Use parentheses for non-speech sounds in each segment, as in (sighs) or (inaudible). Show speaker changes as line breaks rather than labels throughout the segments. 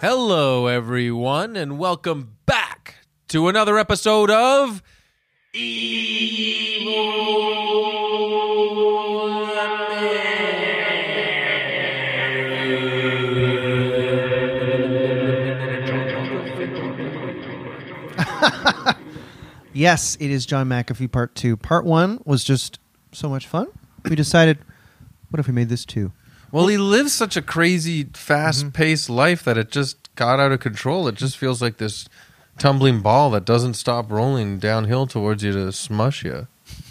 Hello, everyone, and welcome back to another episode of.
Yes, it is John McAfee part two. Part one was just so much fun. We decided, what if we made this two?
Well, he lives such a crazy, fast paced life that it just got out of control. It just feels like this tumbling ball that doesn't stop rolling downhill towards you to smush you.
(laughs)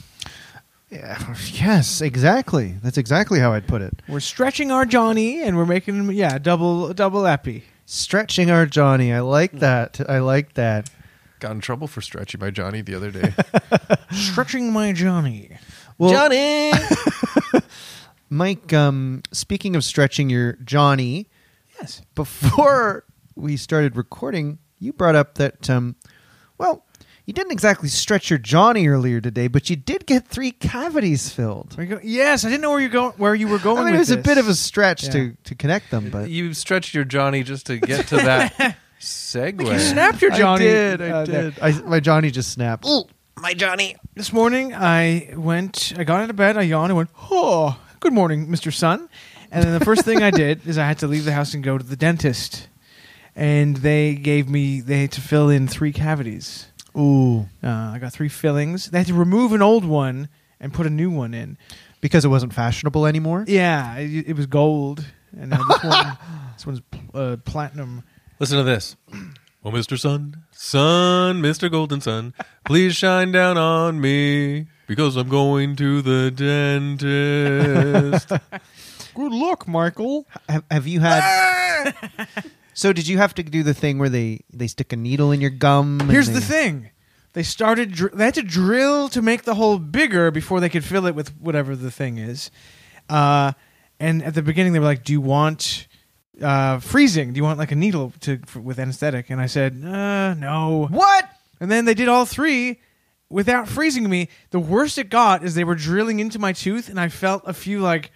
Yes, exactly. That's exactly how I'd put it.
We're stretching our Johnny and we're making him yeah, double double
(gasps)
epi.
Stretching our Johnny. I like that. I like that.
Got in trouble for stretching by Johnny the other (laughs) day.
Stretching my Johnny.
Well,
Johnny!
Mike, um, speaking of stretching your Johnny,
Yes.
before we started recording, you brought up that, um, well, you didn't exactly stretch your Johnny earlier today, but you did get three cavities filled.
There you go. Yes, I didn't know where you go where you were going.
I mean, it
with
was a
this.
bit of a stretch
Yeah.
to, to connect them,
(laughs)
but
you stretched your Johnny just to get to (laughs) that segue.
You snapped your Johnny.
I did. I
uh, there.
did. I, my Johnny just snapped.
This morning I went I got out of bed, I yawned, I went, Oh, good morning, Mr. Sun. And then the first thing (laughs) I did is I had to leave the house and go to the dentist. And they gave me they had to fill in three cavities.
Ooh,
Uh, I got three fillings. They had to remove an old one and put a new one in.
because it wasn't fashionable anymore.
Yeah, it, it was gold, and now this (laughs) one, this one's uh, platinum.
Listen to this. Well, Mr. Oh, Sun, Sun, Mr. Golden Sun, please shine down on me because I'm going to the dentist.
Good luck, Michael.
Have, have you had? Ah! (laughs) so did you have to do the thing where they they stick a needle in your gum? and
Here's
they-
the thing: they started. Dr- they had to drill to make the hole bigger before they could fill it with whatever the thing is. Uh, and at the beginning, they were like, "Do you want uh, freezing? Do you want like a needle to for, with anesthetic?" And I said, uh, "No."
What?
And then they did all three without freezing me. The worst it got is they were drilling into my tooth, and I felt a few like,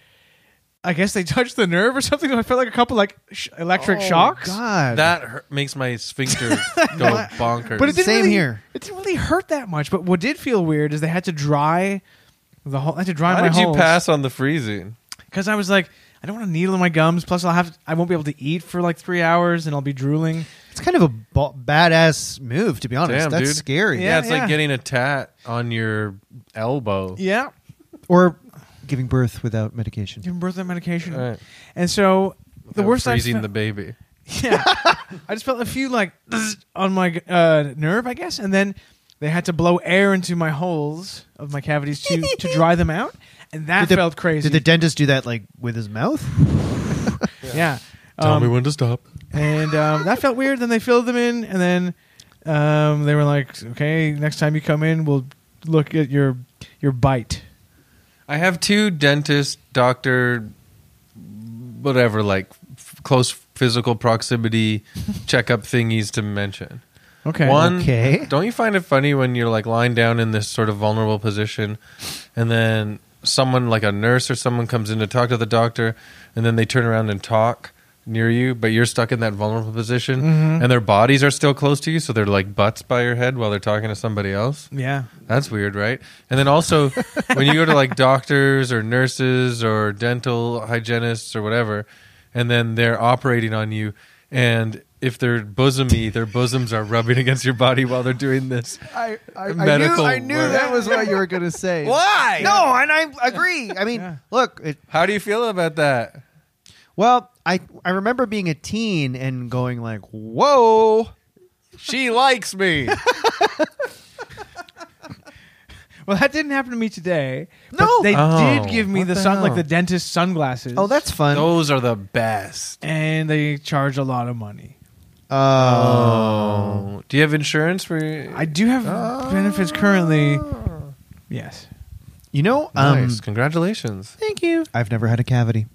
I guess they (laughs) touched the nerve or something. I felt like a couple like sh- electric shocks.
Oh, God.
(laughs) that hurt, makes my sphincter (laughs) go bonkers.
But it didn't
Same
really,
here.
It didn't really hurt that much. But what did feel weird is they had to dry the whole. I had to dry
How
my
did you pass on the freezing?
Because I was like, I don't want a needle in my gums. Plus, I'll have I won't be able to eat for like three hours, and I'll be drooling.
It's kind of a ba- badass move, to be honest.
Damn,
That's
dude.
scary.
Yeah,
Yeah,
it's
yeah.
like getting a tat on your elbow.
Yeah,
Or giving birth without medication.
giving birth to that medication.
All right.
And so the
Uh,
worst I
freezing
fe-
the baby.
(laughs) Yeah, I just felt a few like on my uh, nerve, I guess, and then they had to blow air into my holes of my cavities to to dry them out, and that
Did the-
felt crazy.
Did the dentist do that like with his mouth?
yeah,
Tell
Um,
me when to stop.
and um, that felt weird. Then they filled them in, and then um, they were like, "Okay, next time you come in, we'll look at your your bite."
I have two dentist, doctor, whatever, like f- close physical proximity checkup thingies to mention.
Okay,
One,
Okay.
don't you find it funny when you're like lying down in this sort of vulnerable position and then someone like a nurse or someone comes in to talk to the doctor and then they turn around and talk near you, but you're stuck in that vulnerable position and their bodies are still close to you, so they're like butts by your head while they're talking to somebody else?
yeah,
That's weird, right? And then also, when you go to like doctors or nurses or dental hygienists or whatever, and then they're operating on you, and if they're bosomy, their bosoms are rubbing against your body while they're doing this.
I, I,
Medical work.
was what you were going to say. (laughs)
Why?
No, and I agree. I mean, look, it,
How do you feel about that?
Well, I I remember being a teen and going like, "Whoa!"
She likes me.
Well, that didn't happen to me today. but
No.
they
Oh,
did give me
what
the
the
sun, like
hell?
the dentist sunglasses.
Oh, that's fun. Oh,
Those are the best.
and they charge a lot of money.
Uh,
Oh, do you have insurance for?
I do have benefits currently. Yes.
you know, um,
nice. Congratulations.
Thank you.
I've never had a cavity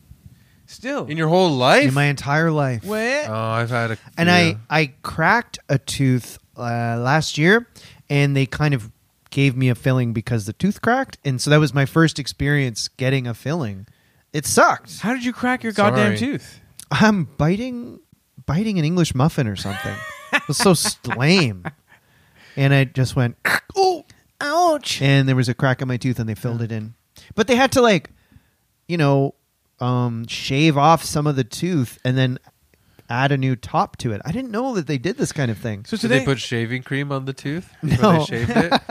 Still.
In your whole life.
in my entire life,
What?
oh, I've had a.
and
yeah.
I I cracked a tooth uh, last year, and they kind of gave me a filling because the tooth cracked, and so that was my first experience getting a filling. It sucked.
How did you crack your
Sorry.
goddamn tooth?
I'm biting biting an English muffin or something. it was so st- lame. And I just went,
Oh, ouch!
and there was a crack in my tooth and they filled it in. But they had to like, you know, um, shave off some of the tooth and then add a new top to it. I didn't know that they did this kind of thing.
So
Did
today,
they put shaving cream on the tooth? When
No.
they shaved it?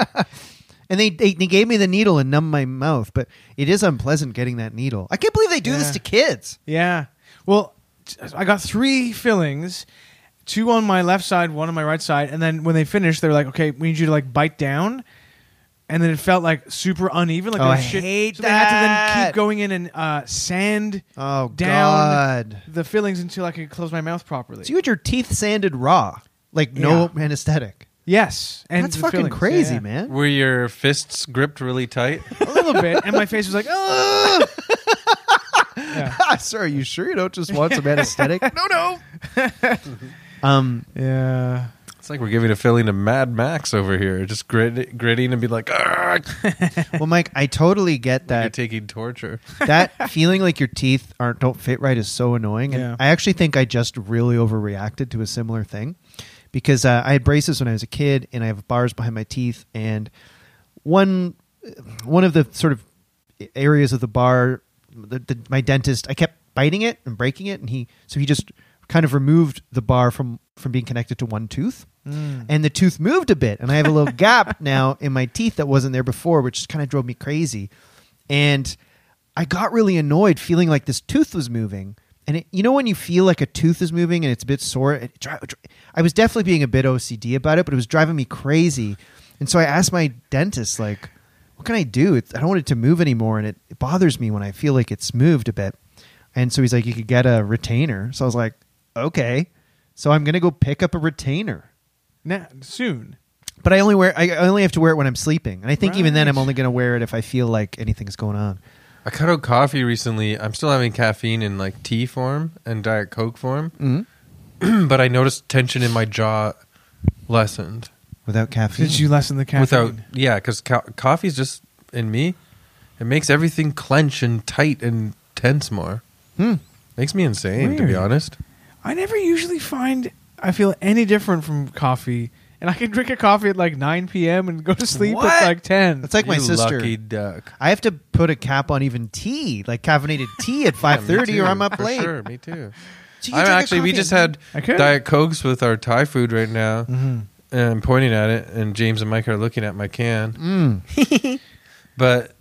And they, they they gave me the needle and numbed my mouth, but it is unpleasant getting that needle. I can't believe they do this
Yeah.
to kids.
yeah. Well, t- I got three fillings, two on my left side, one on my right side, and then when they finished, they were like, "Okay, we need you to like bite down." And then it felt like super uneven. Like
Oh,
there
I
was shit.
hate
so they had to then
that.
keep going in and uh, sand
Oh
Down.
God!
the fillings until I could close my mouth properly.
So you had your teeth sanded raw, like no anesthetic.
yes, and
That's
the
fucking
fillings. Yeah,
crazy,
yeah.
man.
Were your fists gripped really tight?
A little bit,
(laughs)
and my face was like, "Oh." yeah.
(laughs) Sir, are you sure you don't just (laughs) want some anesthetic? no, no. (laughs) um,
Yeah.
It's like we're giving a filling to Mad Max over here, just grit, gritting and be like, "Argh," (laughs)
well, Mike, I totally get
you're
that.
taking torture.
(laughs) that feeling like your teeth aren't don't fit right is so annoying. And
Yeah.
I actually think I just really overreacted to a similar thing because uh, I had braces when I was a kid, and I have bars behind my teeth, and one one of the sort of areas of the bar, the, the, my dentist, I kept biting it and breaking it, and he so he just kind of removed the bar from from being connected to one tooth and the tooth moved a bit and i have a little gap now in my teeth that wasn't there before which kind of drove me crazy and i got really annoyed feeling like this tooth was moving and it, you know when you feel like a tooth is moving and it's a bit sore it, dri- dri- i was definitely being a bit ocd about it but it was driving me crazy and so i asked my dentist like what can i do it's, i don't want it to move anymore and it, it bothers me when i feel like it's moved a bit and so he's like you could get a retainer so i was like okay so i'm going to go pick up a retainer
Now, soon.
but I only wear I I only have to wear it when I'm sleeping, and I think even then
Right.
I'm only going to wear it if I feel like anything's going on.
I cut out coffee recently. I'm still having caffeine in like tea form and Diet Coke form, (clears throat)
Mm-hmm.
but I noticed tension in my jaw lessened
Without caffeine,
Did you lessen the caffeine?
without, yeah, because co- coffee's just in me. It makes everything clench and tight and tense more.
Hmm.
Makes me insane, to be
Weird.
honest.
I never usually find I feel any different from coffee. And I can drink a coffee at like 9 p.m. and go to sleep
What?
at like 10.
That's like my
You
sister.
lucky duck.
I have to put a cap on even tea, like caffeinated tea at
(laughs) Yeah,
five
me
thirty, or
too,
I'm up
for
late.
Sure, me too.
So you
I'm
drink a
actually, we
coffee
just
at-
had
I could.
Diet Cokes with our Thai food right now,
Mm-hmm.
and I'm pointing at it, and James and Mike are looking at my can.
Mm. (laughs)
But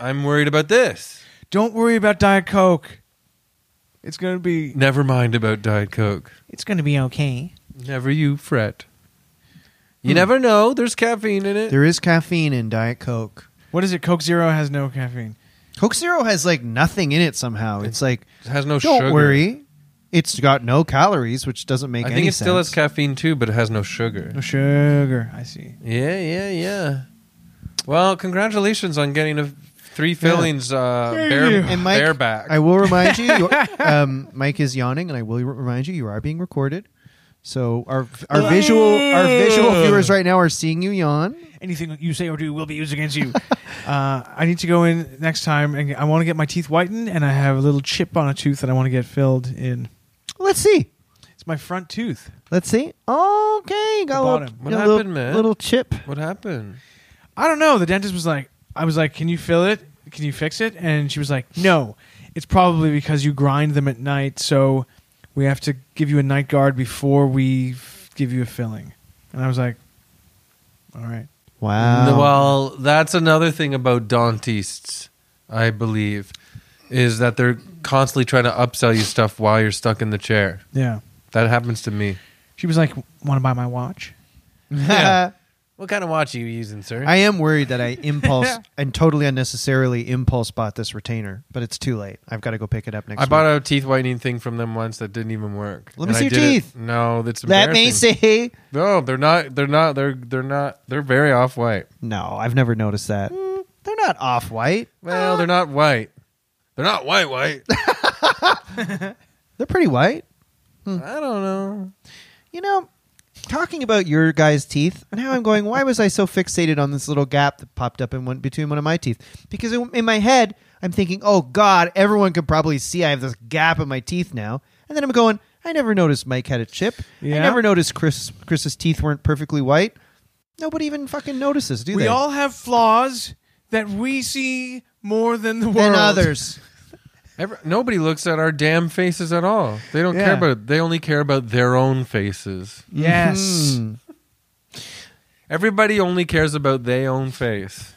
I'm worried about this.
Don't worry about Diet Coke. It's going to be
Never mind about Diet Coke.
it's going to be okay.
Never you fret. You never know. There's caffeine in it.
Hmm. There is caffeine in Diet Coke.
What is it? Coke Zero has no caffeine.
Coke Zero has like nothing in it somehow. It's like
it has no
don't
sugar.
worry, it's got no calories, which doesn't make
I
any
think it
sense.
still has caffeine too, but it has no sugar.
No sugar. I see.
Yeah, yeah, yeah. Well, congratulations on getting a three fillings uh,
Thank
bare,
you.
And Mike,
bareback.
I will remind you, you're-
(laughs)
um, Mike is yawning, and I will remind you, you are being recorded. So our our visual our visual viewers right now are seeing you yawn.
Anything you say or do will be used against you. (laughs) uh, I need to go in next time and I want to get my teeth whitened and I have a little chip on a tooth that I want to get filled in.
Let's see.
It's my front tooth.
Let's see. Okay, got a little,
bottom.
What
got a little,
happened, man? Mm,
little chip.
what happened?
I don't know. The dentist was like, I was like, can you fill it? Can you fix it? And she was like, no. It's probably because you grind them at night, so we have to give you a night guard before we f- give you a filling. And I was like, all right.
Wow.
No,
(laughs)
Well, that's another thing about dentistes, I believe, is that they're constantly trying to upsell you stuff while you're stuck in the chair.
Yeah.
That happens to me.
She was like, want to buy my watch?
yeah. What kind of watch are you using, sir?
I am worried that I (laughs) impulse and totally unnecessarily impulse bought this retainer, but it's too late. I've got to go pick it up next.
I bought a teeth whitening thing from them once that didn't even work.
Let me
And
see
I
your
did it-
teeth.
No, that's
Let me
embarrassing.
see.
No, they're not. They're not. They're they're not. They're very off white.
No, I've never noticed that. they're not off white.
Well, they're not white. They're not white
(laughs)
white.
They're pretty white.
I don't know.
you know, talking about your guys' teeth, and now I'm going, why was I so fixated on this little gap that popped up in one, between one of my teeth? Because in, in my head, I'm thinking, oh God, everyone could probably see I have this gap in my teeth now. And then I'm going, I never noticed Mike had a chip. I
Yeah.
never noticed Chris Chris's teeth weren't perfectly white. Nobody even fucking notices, do
we
they?
all have flaws that we see more than the
than
world.
others.
Every, nobody looks at our damn faces at all. They don't care
Yeah.
about. They only care about their own faces.
Yes.
Mhm.
Everybody only cares about their own face.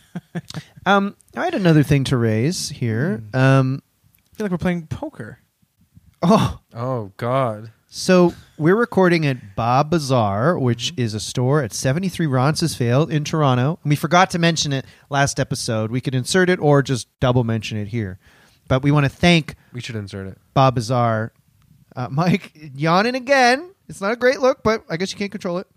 Um, I had another thing to raise here.
Hmm.
Um,
I feel like we're playing poker.
oh,
Oh God.
so we're recording at Bob Bazaar, which is a store at 73 Roncesvalles in Toronto. And we forgot to mention it last episode. We could insert it or just double mention it here. But we want to thank
We should insert it.
Bob Bazaar. Uh, Mike yawning again. It's not a great look, but I guess you can't control it.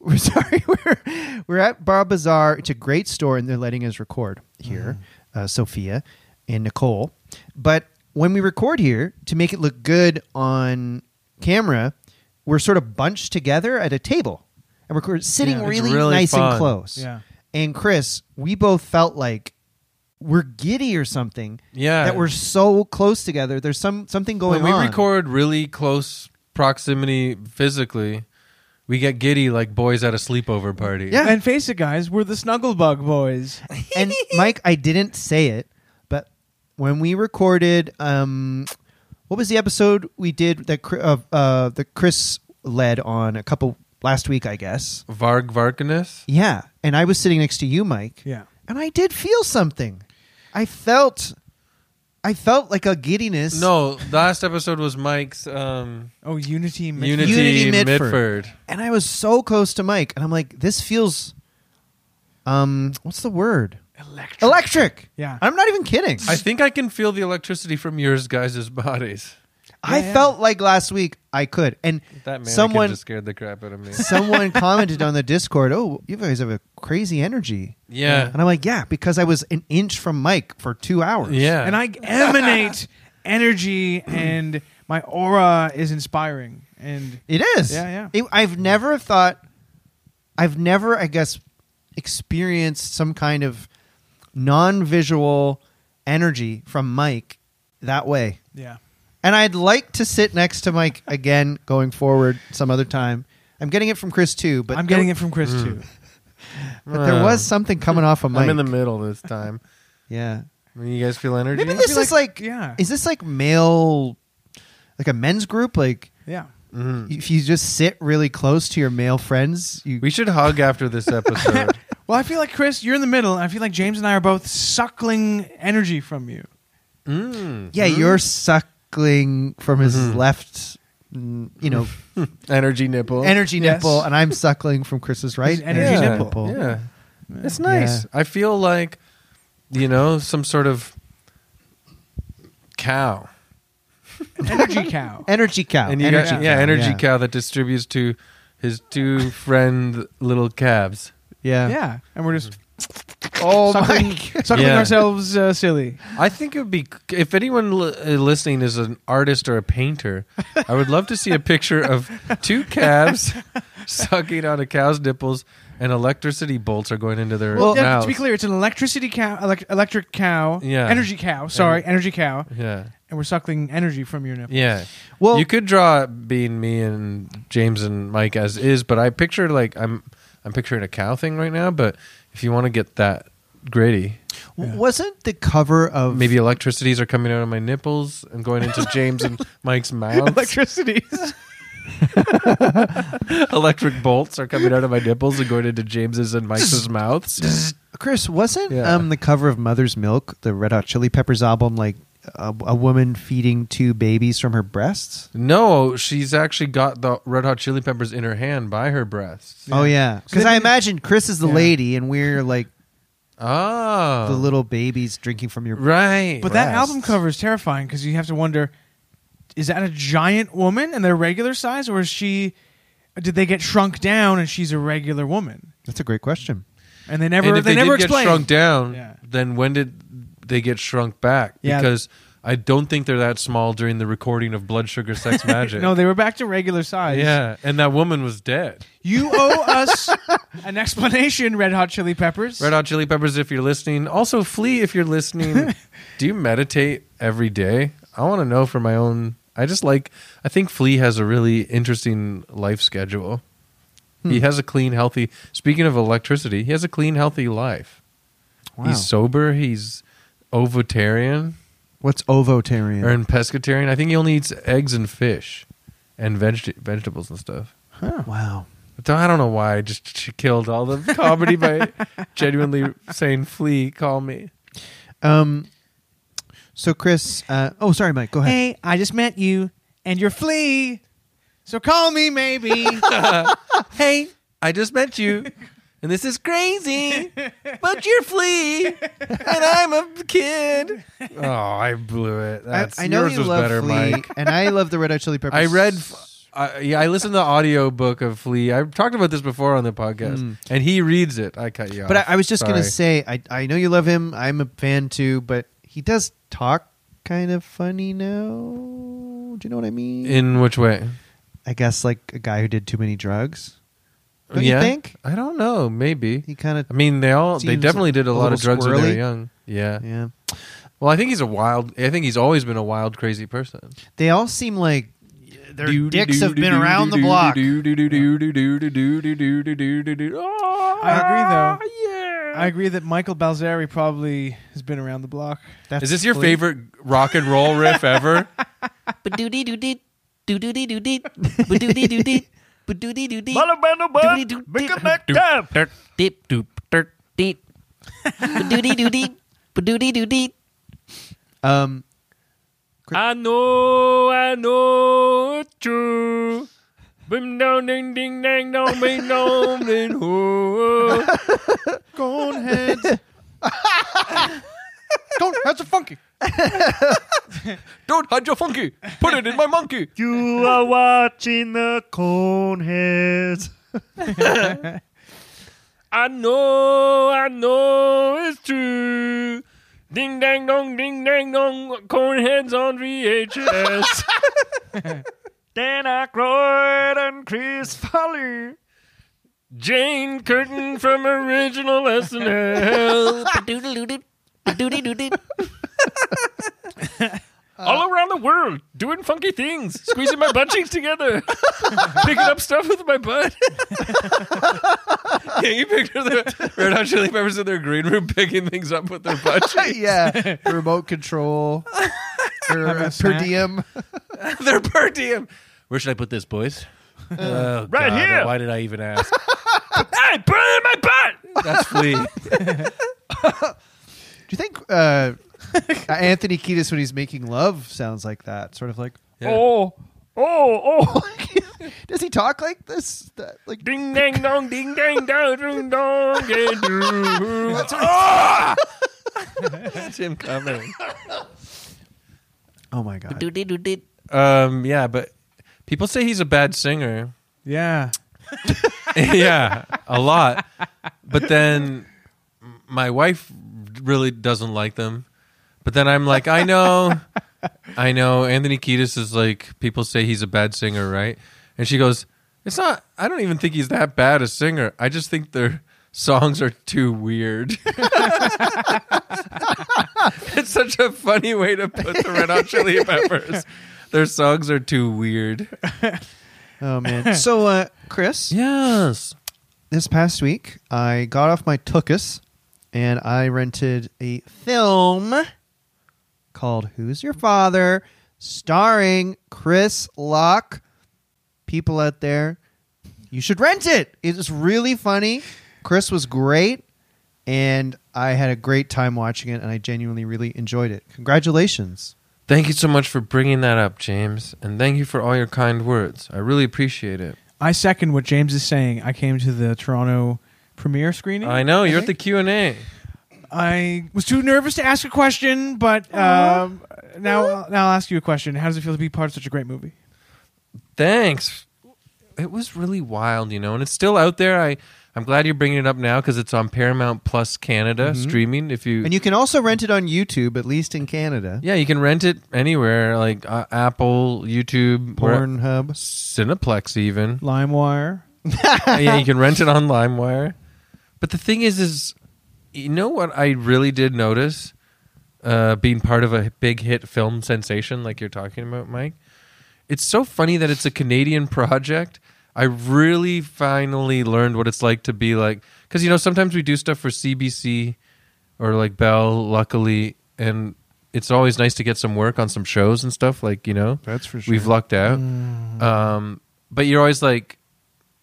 We're (laughs) sorry. We're we're at Bob Bazaar. It's a great store, and they're letting us record here, uh, Sophia and Nicole. But when we record here, to make it look good on camera, we're sort of bunched together at a table, and we're we're sitting
Yeah.
It's
really,
really
nice and
fun.
close.
Yeah.
And Chris, we both felt like we're giddy or something
Yeah.
that we're so close together. There's some something going
when we
on.
record really close proximity physically, we get giddy like boys at a sleepover party.
Yeah.
And face it, guys, we're the snuggle bug
(laughs)
boys.
and Mike, I didn't say it, but when we recorded, um, what was the episode we did that Chri- uh, uh, that Chris led on a couple last week, I guess.
Varg Varkanis.
Yeah, and I was sitting next to you, Mike,
Yeah.
and I did feel something. I felt, I felt like a giddiness.
No, last episode was Mike's um,
Oh, Unity. Mitch-
Unity,
Unity Mitford.
Mitford.
and I was so close to Mike, and I'm like, this feels, um, what's the word?
Electric.
Electric.
Yeah.
I'm not even kidding.
I think I can feel the electricity from yours guys' bodies.
I
Yeah.
felt like last week I could, and
That man
someone
just (laughs) scared the crap out of me.
(laughs) someone commented on the Discord, "Oh, you guys have a crazy energy,"
Yeah.
and I'm like, "Yeah," because I was an inch from Mike for two hours.
Yeah.
and I emanate energy, and my aura is inspiring. And
it is.
Yeah, yeah.
It- I've never thought, I've never, I guess, experienced some kind of non-visual energy from Mike that way.
yeah.
And I'd like to sit next to
(laughs)
Mike again going forward some other time. I'm getting it from Chris too, but Mm.
I'm getting it from Chris, too.
But there
Uh,
was something coming off of Mike.
I'm in the middle this time.
yeah.
I mean, you guys feel energy?
Maybe this
feel
is like,
like- yeah.
Is this like male, like a men's group? Like
Yeah.
Mhm.
if you just sit really close to your male friends, you
We should hug after this episode.
Well, I feel like, Chris, you're in the middle, and I feel like James and I are both suckling energy from you.
(laughs) mm.
yeah, you're suckling from his left, mm, you know,
Energy nipple.
energy
Yes.
nipple, and I'm suckling from Chris's right
His energy
yeah.
nipple.
Yeah. It's nice. I feel like, you know, some sort of cow.
Energy cow.
Energy cow.
and you
energy
got, yeah, energy
yeah.
cow that distributes to his two friend little calves.
Yeah.
Yeah. And we're just
Oh (laughs)
suckling,
my.
suckling
Yeah.
ourselves uh, silly.
I think it would be if anyone li- uh, listening is an artist or a painter, I would love to see a picture of
(laughs)
two calves sucking on a cow's nipples, and electricity bolts are going into their
Well, yeah,
mouths.
to be clear, it's an electricity cow, elec- electric cow,
Yeah.
energy cow. Sorry, energy cow,
yeah,
and we're suckling energy from your nipple.
yeah.
Well,
you could draw it being me and James and Mike as is, but I picture like I'm I'm picturing a cow thing right now. But if you want to get that gritty,
w- wasn't the cover of
maybe electricities are coming out of my nipples and going into
(laughs)
James and Mike's mouths.
Electricity.
(laughs) Electric bolts are coming out of my nipples and going into James's and Mike's mouths.
Chris, wasn't
Yeah.
um, the cover of Mother's Milk, the Red Hot Chili Peppers album, like a, a woman feeding two babies from her breasts?
No, she's actually got the Red Hot Chili Peppers in her hand by her breasts.
Oh yeah, because
they-
I imagine Chris is the
Yeah.
lady, and we're like
Oh,
the little babies drinking from your.
right.
But that
Breasts.
album cover is terrifying because you have to wonder: is that a giant woman and they're regular size, or is she? Did they get shrunk down and she's a regular woman?
That's a great question.
And they never,
and if
they,
they,
never
did
explain.
get shrunk down,
Yeah.
then when did they get shrunk back?
Yeah.
Because I don't think they're that small during the recording of Blood
(laughs)
Sugar Sex Magic.
No, they were back to regular size.
yeah, and that woman was dead.
You
(laughs)
owe us an explanation, Red Hot Chili Peppers.
Red Hot Chili Peppers, if you're listening. Also, Flea, if you're listening, do you meditate every day? I want to know for my own I just like. I think Flea has a really interesting life schedule. He has a clean, healthy. Speaking of electricity, he has a clean, healthy life.
Wow.
He's sober. He's ovotarian
What's ovotarian?
or in pescatarian. I think he only eats eggs and fish, and veg- vegetables and stuff.
Wow.
But I don't know why I just (laughs) she killed all the comedy by genuinely saying "Flea, call me."
Um, so Chris, uh, oh sorry, Mike, go ahead.
Hey, I just met you and you're flea. So call me maybe.
(laughs) Hey, I just met
(laughs)
you, and this is crazy, but you're Flea, and I'm a kid. Oh, I blew it. That's,
I, I know
yours
you
was
love
better,
Flea,
Mike.
and I love the Red
(laughs)
Hot Chili Peppers.
I read. I, yeah, I listened to the audio book of Flea. I've talked about this before on the podcast,
Mm.
and he reads it. I cut you off.
but I, I was just gonna
Oh, Sorry.
say, I I know you love him. I'm a fan too, but he does talk kind of funny now. Do you know what I mean?
in which way?
I guess like a guy who did too many drugs. Don't you think?
I don't know. Maybe
He kind of
I mean, they all they
Seems
definitely did a,
a
lot of
little
drugs when they
squirrely.
were young. Yeah.
yeah.
Well, I think he's a wild. I think he's always been a wild, crazy person.
They all seem like their
Do, do,
dicks
do,
have
do,
been
do,
around
do,
the
do,
block.
do, do, do, do, do, do, do, do, do, do, do, do, do, do.
I agree,
though. Yeah.
I agree that Michael Balzeri probably has been around the block.
That's
Is this your
Flea.
favorite rock and roll riff
(laughs)
ever?
Badooty doo dee doo doo dee doo dee badooty doo dee badooty doo dee badooty doo dee dip doop dirt deep badooty doo dee badooty doo dee
Um,
I know, I know it's true. Bim down ding ding dang dong bing dong ding
(laughs)
ho.
Gone heads. Gone heads are funky.
(laughs) Don't hide your funky. Put it in my monkey.
You are watching the
(laughs)
Coneheads. I know, I know it's true. Ding dang dong, ding dang dong, Coneheads on VHS. Dan Aykroyd and Chris Folly. Jane Curtin from original
(laughs)
SNL.
badooty doo dee badooty doo dee
all around the world doing funky things, squeezing my butt cheeks together, picking up stuff with my butt.
Yeah, you picture the Red Hot Chili Peppers in their green room picking things up with their butt cheeks. (laughs)
(laughs) yeah, remote control, or,
Having a
uh, per
snack.
(laughs)
diem.
They're per diem. Where should I put this, boys? Oh,
Uh, Right
God,
here.
Why did I even ask?
hey, put it in my butt.
That's (laughs) Flea.
Do you think uh, Anthony Kiedis, when he's making love, sounds like that? Sort of like,
Yeah.
Oh, oh, oh. (laughs)
does he talk like this? That, like,
Ding dang dong, ding dang dong, ding dong, ding dong.
Jim Cummings.
oh my god!
badooty doo dee
Um, yeah, but people say he's a bad singer.
Yeah.
(laughs) yeah, a lot. But then my wife really doesn't like them. But then I'm like, I know, I know. Anthony Kiedis is like people say he's a bad singer, right? And she goes, "It's not. I don't even think he's that bad a singer. I just think their songs are too weird." (laughs) it's such a funny way to put the Red Hot Chili Peppers. Their songs are too weird.
Oh man! So, uh, Chris,
Yes.
this past week I got off my tuchus and I rented a film called "Who's Your Father," starring Chris Locke. People out there, you should rent it. It is really funny. Chris was great, and I had a great time watching it, and I genuinely really enjoyed it. Congratulations!
Thank you so much for bringing that up, James, and thank you for all your kind words. I really appreciate it.
I second what James is saying. I came to the Toronto premiere screening.
I know you're at the Q and A.
I was too nervous to ask a question, but um, now now I'll ask you a question. How does it feel to be part of such a great movie?
Thanks. It was really wild, you know, and it's still out there. I I'm glad you're bringing it up now because it's on Paramount Plus Canada streaming. If you,
And you can also rent it on YouTube, at least in Canada.
yeah, you can rent it anywhere, like uh, Apple, YouTube, where-
Pornhub.
Cineplex, even.
LimeWire.
(laughs) yeah, you can rent it on LimeWire. But the thing is, is you know what I really did notice, uh, being part of a big hit film sensation like you're talking about, Mike, it's so funny that it's a Canadian (laughs) project. I really finally learned what it's like to be like because you know sometimes we do stuff for CBC or like Bell, luckily, and it's always nice to get some work on some shows and stuff. Like you know,
That's for Mm.
we've lucked out. Um, but you're always like,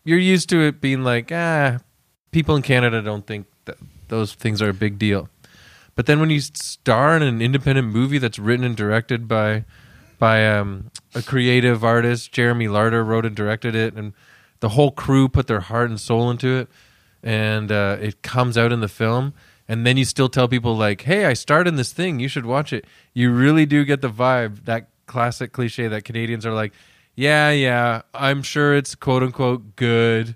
you're used to it being like, ah, people in Canada don't think that those things are a big deal. But then when you star in an independent movie that's written and directed by by um, a creative artist, Jeremy Larder wrote and directed it, and the whole crew put their heart and soul into it, and uh, it comes out in the film. And then you still tell people like, "Hey, I starred in this thing. You should watch it." You really do get the vibe that classic cliche that Canadians are like, "Yeah, yeah, I'm sure it's quote unquote good,"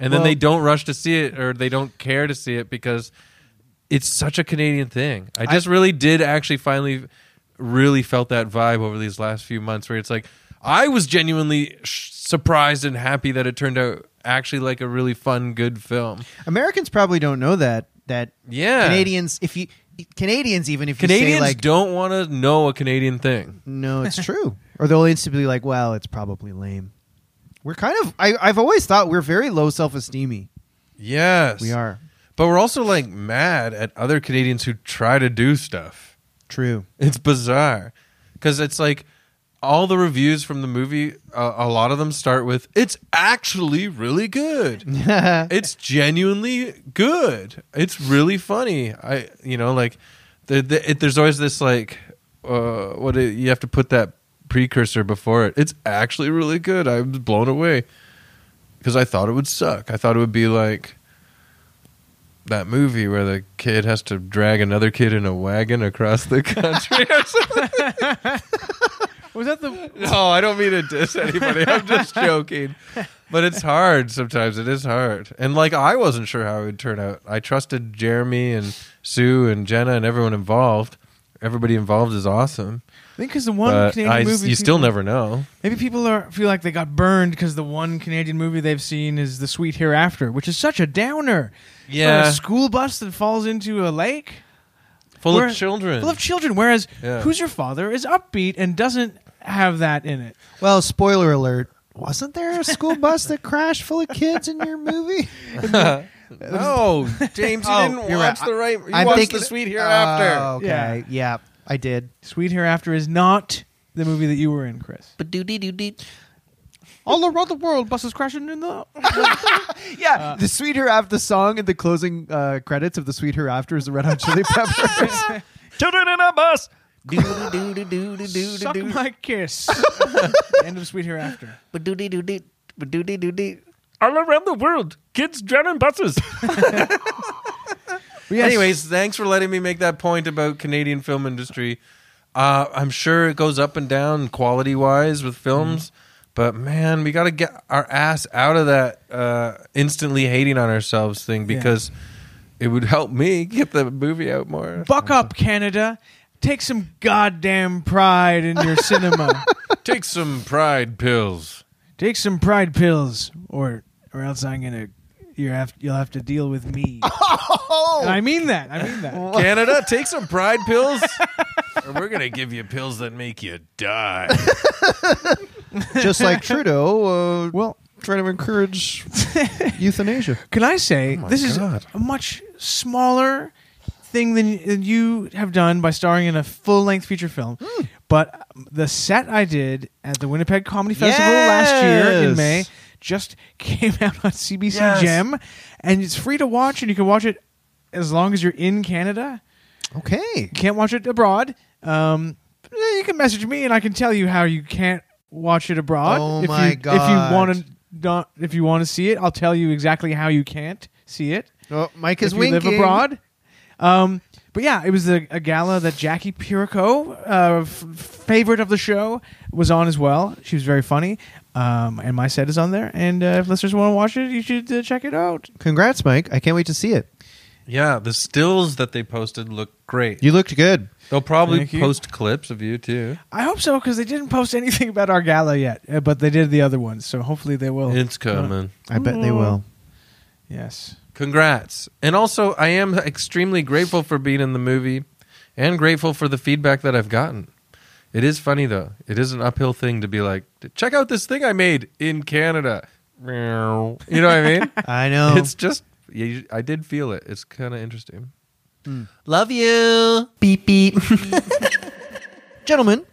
and then
Well-
they don't rush to see it or they don't care to see it because it's such a Canadian thing. I just really did actually finally really felt that vibe over these last few months where it's like I was genuinely sh- surprised and happy that it turned out actually like a really fun good film.
Americans probably don't know that that
Yeah.
Canadians if you Canadians even if you
Canadians
say like
don't want to know a Canadian thing. (laughs)
no it's true or they'll instantly be like well it's probably lame. We're kind of I, I've always thought we're very low self esteemy.
Yes.
We are
But we're also like mad at other Canadians who try to do stuff.
true.
It's bizarre because it's like all the reviews from the movie. Uh, a lot of them start with "It's actually really good. it's genuinely good. It's really funny." I, you know, like the, the, it, there's always this like, uh, what do- you have to put that precursor before it. It's actually really good. I was blown away because I thought it would suck. I thought it would be like that movie where the kid has to drag another kid in a wagon across the (laughs) country or something.
Was that the
No, I don't mean to diss anybody.
(laughs)
I'm just joking. But it's hard sometimes. It is hard. And like I wasn't sure how it would turn out. I trusted Jeremy and Sue and Jenna and everyone involved. Everybody involved is awesome.
I think because the one
but
Canadian
I,
movie
you still
people-
never know.
maybe people are feel like they got burned because the one Canadian movie they've seen is The Sweet Hereafter, which is such a downer. About
Yeah.
a school bus that falls into a lake
Full
Where-
of children.
full of children. Whereas
Yeah.
Who's Your Father is upbeat and doesn't have that in it.
Well, spoiler alert. Wasn't there a school bus that crashed full of kids in
(laughs)
your movie?
no, James, you
Oh,
didn't
you're
watch
right.
the right. You
I'm
watched
thinking-
the Sweet Hereafter.
Oh, okay.
Yeah.
Yeah. I did.
Sweet Hereafter is not the movie that you were in, Chris.
Ba-doo-dee-doo-dee.
All around the world, buses crashing in the.
(laughs) Yeah, the Sweet Hereafter the song and the closing uh, credits of the Sweet Hereafter is the Red Hot Chili Peppers.
Children in a bus.
Doo-doo-doo-doo-doo-doo-doo-doo.
Suck my (laughs) kiss. End of Sweet Hereafter.
Ba-doo-dee-doo-dee. Ba-doo-dee-doo-dee.
All around the world, kids driving buses.
But yes,
Anyways, thanks for letting me make that point about Canadian film industry. Uh, I'm sure it goes up and down quality wise with films,
Mm-hmm.
but man, we got to get our ass out of that uh, instantly hating on ourselves thing because it would help me get the movie out more.
buck up, Canada. Take some goddamn pride in your (laughs) cinema.
(laughs) Take some pride pills.
Take some pride pills, or or else I'm gonna. You have you'll have to deal with (laughs) me. And I mean that. I mean that.
Canada, take some pride
(laughs)
pills, or we're going to give you pills that make you die.
Just like Trudeau, uh, well, trying to (laughs) encourage euthanasia.
Can I say this is
Oh God.
a much smaller thing than, than you have done by starring in a full length feature film?
Hmm.
But um, the set I did at the Winnipeg Comedy Festival last year in
Yes.
May just (laughs) came out on CBC
Yes.
Gem, and it's free to watch, and you can watch it as long as you're in Canada.
Okay.
You can't watch it abroad. Um, eh, you can message me, and I can tell you how you can't watch it abroad.
Oh
if
my
you, If
God.
you want to not, if you want to see it, I'll tell you exactly how you can't see it
Oh, Mike
because
is
if you
winking.
live abroad. Um, but yeah, it was a, a gala that Jackie Pirico, uh, f- favorite of the show, was on as well. She was very funny, um, and my set is on there. And uh, if listeners want to watch it, you should uh, check it out.
Congrats, Mike. I can't wait to see it.
(laughs) yeah, the stills that they posted look great.
You looked good.
They'll probably
Thank you.
post clips of you too.
I hope so because they didn't post anything (laughs) about our gala yet, uh, but they did the other ones, so hopefully they will.
It's coming.
I bet they will.
Mm. Yes.
Congrats. And also, I am extremely grateful for being in the movie and grateful for the feedback that I've gotten. It is funny though. It is an uphill thing to be like, check out this thing I made in Canada. You know what I mean?
I know.
It's just you, I did feel it. It's kind of interesting.
Love you.
beep
(laughs)
beep. Gentlemen,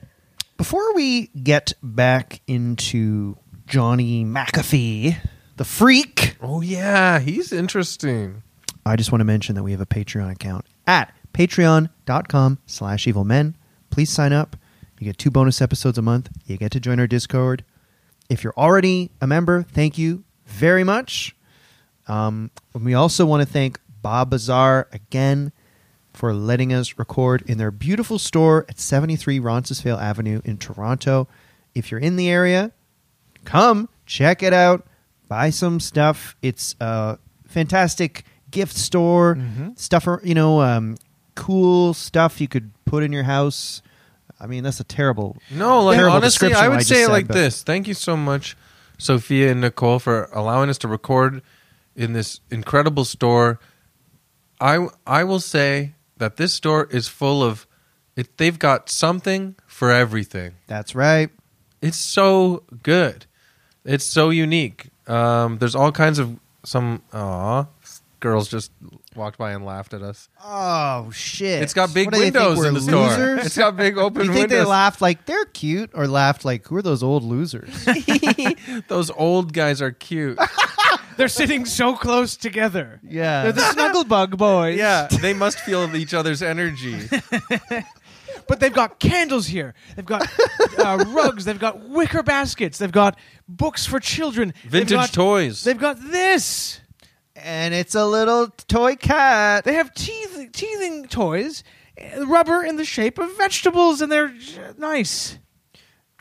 before we get back into Johnny McAfee, the freak,
Oh yeah, he's interesting.
I just want to mention that we have a Patreon account at patreon.com slash evil men. Please sign up. You get two bonus episodes a month. You get to join our Discord. If you're already a member, thank you very much. Um, and we also want to thank Bob Bazaar again for letting us record in their beautiful store at 73 Roncesvalles Avenue in Toronto. If you're in the area, come check it out, buy some stuff. It's a fantastic gift store,
Mm-hmm.
stuff, you know, um, cool stuff you could put in your house. I mean, that's a terrible,
No, like
terrible
honestly,
description
I
what
would
just
say it
said,
like
but-
this. Thank you so much, Sophia and Nicole, for allowing us to record in this incredible store. I I will say that this store is full of it, they've got something for everything.
That's right.
It's so good. It's so unique. Um, there's all kinds of some aw girls just walked by and laughed at us.
Oh shit!
It's got big
What do they think,
windows
we're
in the store.
losers? (laughs)
It's got big open
you think
windows.
they laughed like they're cute, or laughed like who are those old
(laughs)
losers?
Those old guys are cute.
They're sitting so close together.
yeah,
They're
(laughs)
the snuggle bug boys. (laughs)
Yeah, they must feel each other's energy.
But they've got candles here. They've got
(laughs)
uh, rugs. They've got wicker baskets. They've got books for children. They've
Vintage
got-
toys.
They've got this.
and it's a little toy cat.
They have teeth, teething toys, uh, rubber in the shape of vegetables, and they're j- nice.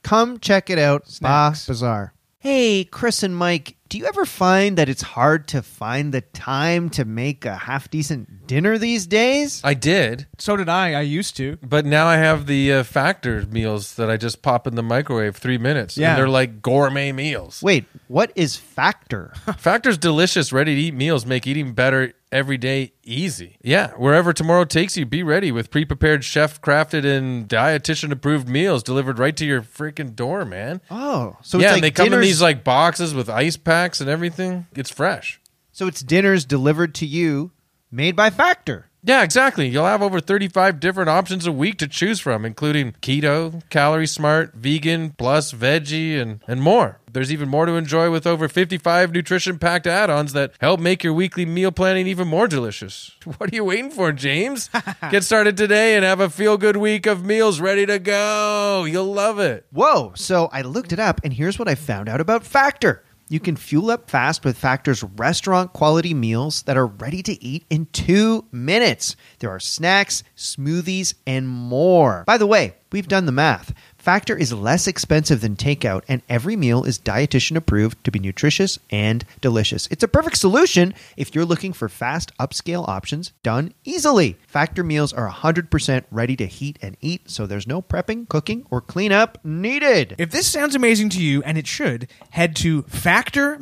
Come check it out, Bah
Snacks.
Bazaar. Hey, Chris and Mike, do you ever find that it's hard to find the time to make a half decent dinner these days?
I did,
So did I. I used to.
but now I have the uh, factor meals that I just pop in the microwave three minutes.
Yeah.
And they're like gourmet meals.
Wait, what is
(laughs)
Factor?
Factor's delicious, ready to eat meals make eating better every day easy. Yeah, wherever tomorrow takes you, be ready with pre prepared, chef crafted, and dietitian approved meals delivered right to your freaking door, man.
oh, so
yeah,
it's like
and they come in
dinners-
these like boxes with ice packs and everything. It's fresh.
so it's dinners delivered to you, made by Factor.
Yeah, exactly. You'll have over 35 different options a week to choose from, including keto, calorie smart, vegan, plus veggie, and, and more. There's even more to enjoy with over 55 nutrition packed add ons that help make your weekly meal planning even more delicious. (laughs) What are you waiting for,
(laughs)
James? Get started today and have a feel good week of meals ready to go. You'll love it.
Whoa! So I looked it up, and here's what I found out about Factor. You can fuel up fast with Factor's restaurant quality meals that are ready to eat in two minutes. There are snacks, smoothies, and more. By the way, we've done the math. Factor is less expensive than takeout, and every meal is dietitian approved to be nutritious and delicious. It's a perfect solution if you're looking for fast, upscale options done easily. Factor meals are 100% ready to heat and eat, so there's no prepping, cooking, or cleanup needed.
If this sounds amazing to you, and it should, head to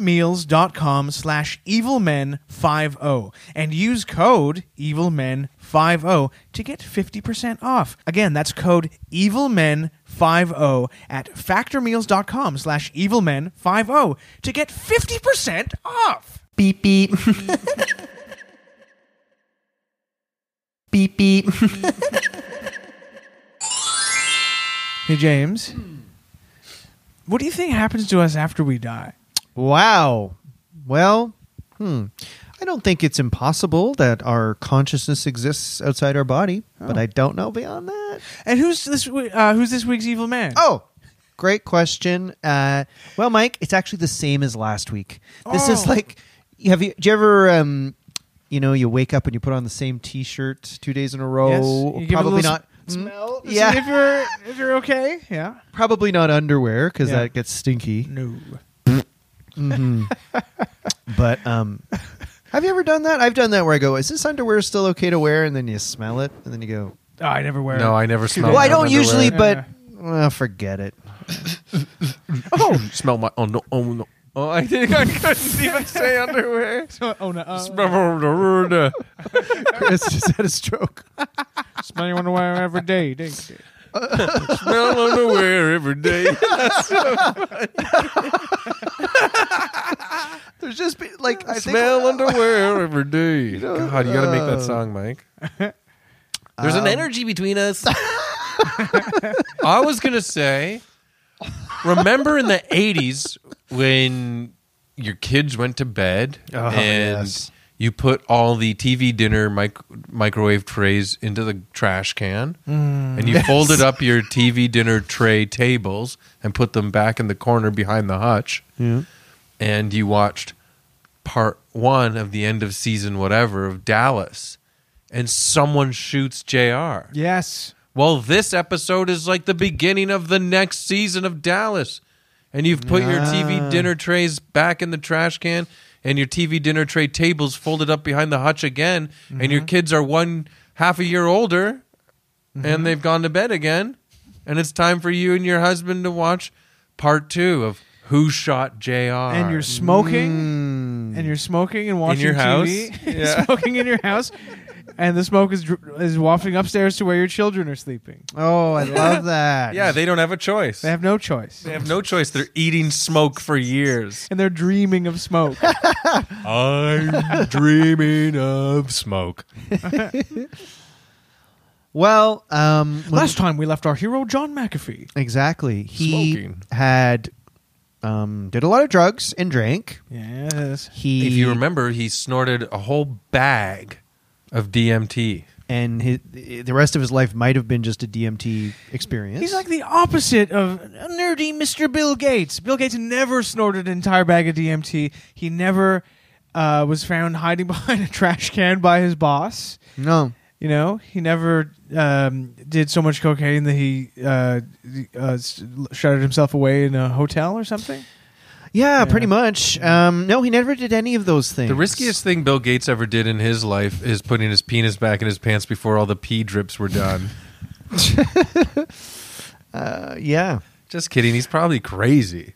factormeals.com slash evilmen50 and use code evilmen50 to get 50% off. Again, that's code evilmen50 at factormeals.com slash evilmen50 to get 50% off.
(laughs)
Beep beep. beep beep.
Hey, James. What do you think happens to us after we die?
Wow. Well, hmm. I don't think it's impossible that our consciousness exists outside our body, but
Oh.
I don't know beyond that.
And who's this? we- Uh, who's this week's evil man?
Oh, great question. Uh, well, Mike, it's actually the same as last week. This is
Oh.
like, have you? Do you ever? Um, you know, you wake up and you put on the same T-shirt two days in a row.
Yes.
or
You give it a
probably
little
not.
s- smell.
Mm, yeah.
See if you're if you're okay. Yeah.
Probably not underwear because
Yeah.
that gets stinky.
No.
But
(laughs)
um, have you ever done that? I've done that where I go, "Is this underwear still okay to wear?" And then you smell it, and then you go,
Oh, I never wear.
No, I never smell.
"Well, I
my
don't
underwear.
usually,
Yeah.
but uh, forget it."
(laughs)
(laughs)
smell my. Oh no! Oh no! Oh, (laughs) I think I couldn't
(laughs)
even (laughs) say underwear.
it. (laughs) oh no. Uh,
Smell- (laughs)
Chris just had a stroke.
(laughs) smell your underwear every day. Thank you.
Smell underwear every day. (laughs)
There's just been, like I think-
Smell underwear every
(laughs)
day. God, you got to make
uh,
that song, Mike. There's an energy between us. I was gonna say, remember in the '80s when your kids went to bed
Oh,
and
yes.
you put all the TV dinner mic- microwave trays into the trash can,
Mm.
and you folded up your TV dinner tray tables and put them back in the corner behind the hutch
Yeah.
and you watched part one of the end of season whatever of Dallas, and someone shoots JR.
Yes.
Well, this episode is like the beginning of the next season of Dallas, and you've put your
Ah.
TV dinner trays back in the trash can, and your TV dinner tray tables folded up behind the hutch again, and your kids are one half a year older, and they've gone to bed again, and it's time for you and your husband to watch part two of. Who shot JR?
And you're smoking,
Mm.
and you're smoking and watching
Mm. your
(laughs)
house?
TV,
Yeah.
smoking in your house, and the smoke is dr- is wafting upstairs to where your children are sleeping.
Oh, I love that.
Yeah, they don't have a choice.
They have no choice,
They have no choice. They're eating smoke for years.
and they're dreaming of smoke.
(laughs) I'm dreaming of smoke.
well, um, when-
Last time we left our hero John McAfee.
exactly. He
Smoking.
had um, did a lot of drugs and drank.
Yes.
He
If you remember, he snorted a whole bag of DMT.
and his, the rest of his life might have been just a DMT experience.
He's like the opposite of nerdy Mr. Bill Gates. Bill Gates never snorted an entire bag of DMT. He never uh, was found hiding (laughs) behind a trash can by his boss.
no,
You know, he never um, did so much cocaine that he uh, uh, s- shuttered himself away in a hotel or something.
yeah, pretty much. Um, no, he never did any of those things.
The riskiest thing Bill Gates ever did in his life is putting his penis back in his pants before all the pee drips were done. (laughs)
uh, yeah.
Just kidding. He's probably crazy.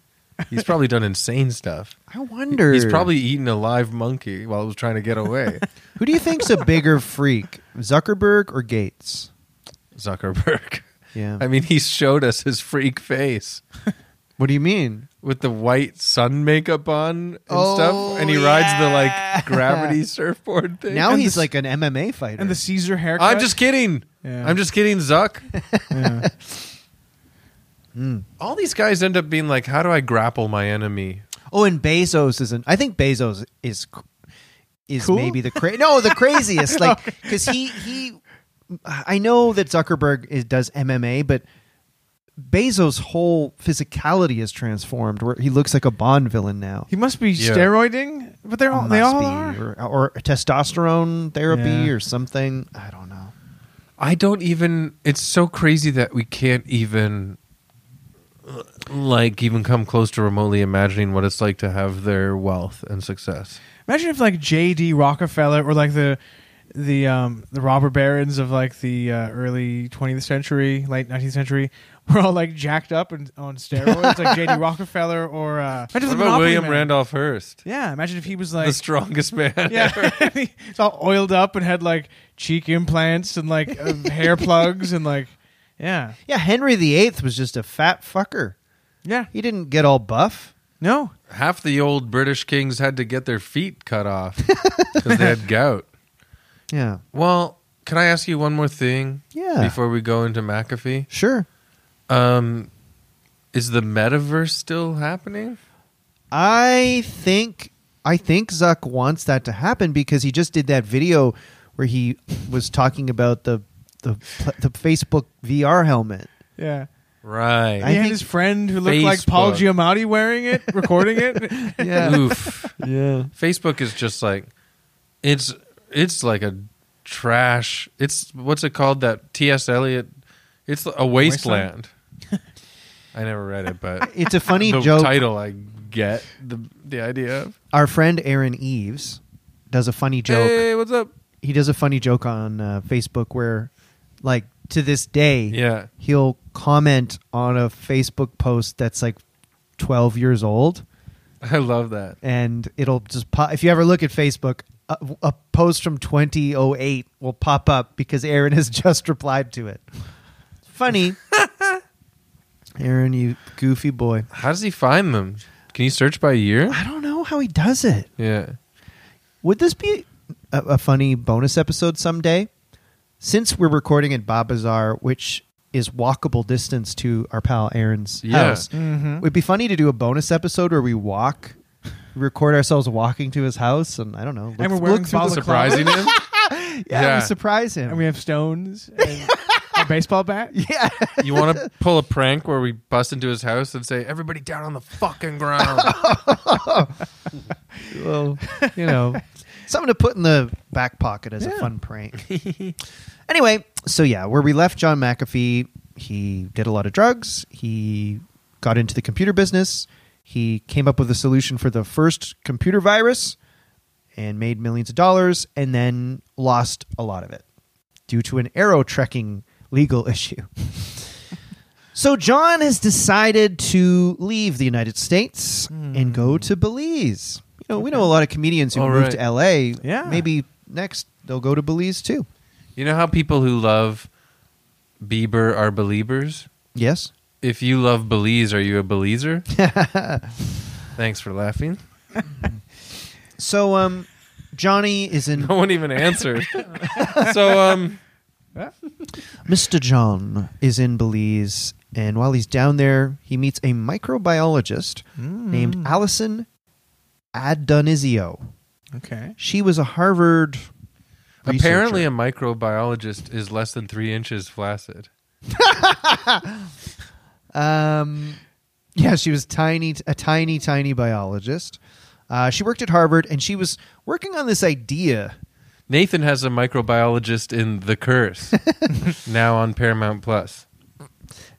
He's probably done insane stuff.
I wonder.
He's (laughs) probably eaten a live monkey while it was trying to get (laughs) away.
who do you think's a bigger freak, Zuckerberg or Gates?
Zuckerberg.
Yeah.
I mean, he showed us his freak face.
what do you mean?
with the white sun makeup on and stuff, and he rides the like gravity surfboard thing.
Now
And
he's
this-
like an MMA fighter.
And the Caesar haircut.
I'm just kidding.
Yeah.
I'm just kidding, Zuck.
(laughs) Yeah. Hmm.
All these guys end up being like, "How do I grapple my enemy?"
oh, and Bezos isn't. I think Bezos is cr- is
Cool?
maybe the cra- no
(laughs)
the craziest. Like because he he, I know that Zuckerberg is, does MMA, but Bezos' whole physicality is transformed. Where he looks like a Bond villain now.
He must be
Yeah.
steroiding, but they're all, they
Must
all
be,
are.
or, or testosterone therapy
Yeah.
or something. I don't know.
I don't even. It's so crazy that we can't even uh, like even come close to remotely imagining what it's like to have their wealth and success.
Imagine if like J.D. Rockefeller or like the the um the robber barons of like the uh, early 20th century, late 19th century (laughs) were all like jacked up and on steroids, like
(laughs)
J.D. Rockefeller or uh, imagine
What
the
about
Monopoly
William
man.
Randolph Hearst,
Yeah, imagine if he was
the
like
strongest man?
(laughs) yeah, he's all oiled up and had like cheek implants and like uh, hair plugs and like yeah
Yeah, Henry VIII was just a fat fucker.
yeah
He didn't get all buff.
no
half the old British kings had to get their feet
(laughs)
cut off because they had gout.
Yeah,
Well, can I ask you one more thing
yeah,
before we go into McAfee?
sure.
Um, is the metaverse still happening?
I think I think Zuck wants that to happen because he just did that video where he was talking about the the the Facebook VR helmet.
yeah.
(laughs)
I
Right.
he had
think-
his friend who looked like Paul
Facebook.
Giamatti wearing it, recording it.
(laughs)
Yeah,
Oof.
yeah.
Facebook is just like it's it's like a trash. It's what's it called? That T. S. Eliot. It's a wasteland. I never read
(laughs)
it, but
It's a funny
the
joke.
title I get the the idea of.
Our friend Aaron Eves does a funny joke.
Hey, what's up?
He does a funny joke on uh, Facebook where, like, to this day,
Yeah.
he'll comment on a Facebook post that's like twelve years old.
I love that.
and it'll just pop. If you ever look at Facebook, a, a oh (laughs) post from 2008 will pop up because Aaron has just replied to it. funny. (laughs) Aaron, you goofy boy.
How does he find them? Can you search by year?
I don't know how he does it.
Yeah.
Would this be a, a funny bonus episode someday? Since we're recording at Babazar, which is walkable distance to our pal Aaron's
Yeah.
house,
Mm-hmm.
it'd be funny to do a bonus episode where we walk, record ourselves walking to his house, and I don't know, look,
And we're
look
wearing
through the-
balaclavas.
Surprising him?
yeah,
yeah.
we surprise him.
And we have stones and a baseball bat.
(laughs) yeah,
You want to pull a prank where we bust into his house and say, everybody down on the fucking ground.
well, you know, (laughs) something to put in the back pocket as a fun (laughs) prank. anyway, so yeah, where we left John McAfee, he did a lot of drugs. He got into the computer business. He came up with a solution for the first computer virus and made millions of dollars and then lost a lot of it due to an arrow trekking legal (laughs) issue. so John has decided to leave the United States and go to Belize. You know, we know a lot of comedians who
Hmm. All
moved
right.
to LA.
Yeah.
Maybe next they'll go to Belize too.
(laughs) you know how people who love Bieber are believers?
Yes.
If you love Belize, are you a Belizer?
(laughs)
Thanks for laughing.
So um Johnny
(laughs)
is
(laughs)
in
No one even
(laughs)
answered. so, um,
Mr. John is in Belize and while he's down there he meets a microbiologist named Allison Adonizio.
Okay.
She was a Harvard
apparently a
researcher.
microbiologist is less than three inches flaccid.
um yeah, she was tiny a tiny tiny biologist. Uh, she worked at Harvard and she was working on this idea
Nathan has a microbiologist in The
(laughs)
Curse, now on Paramount Plus.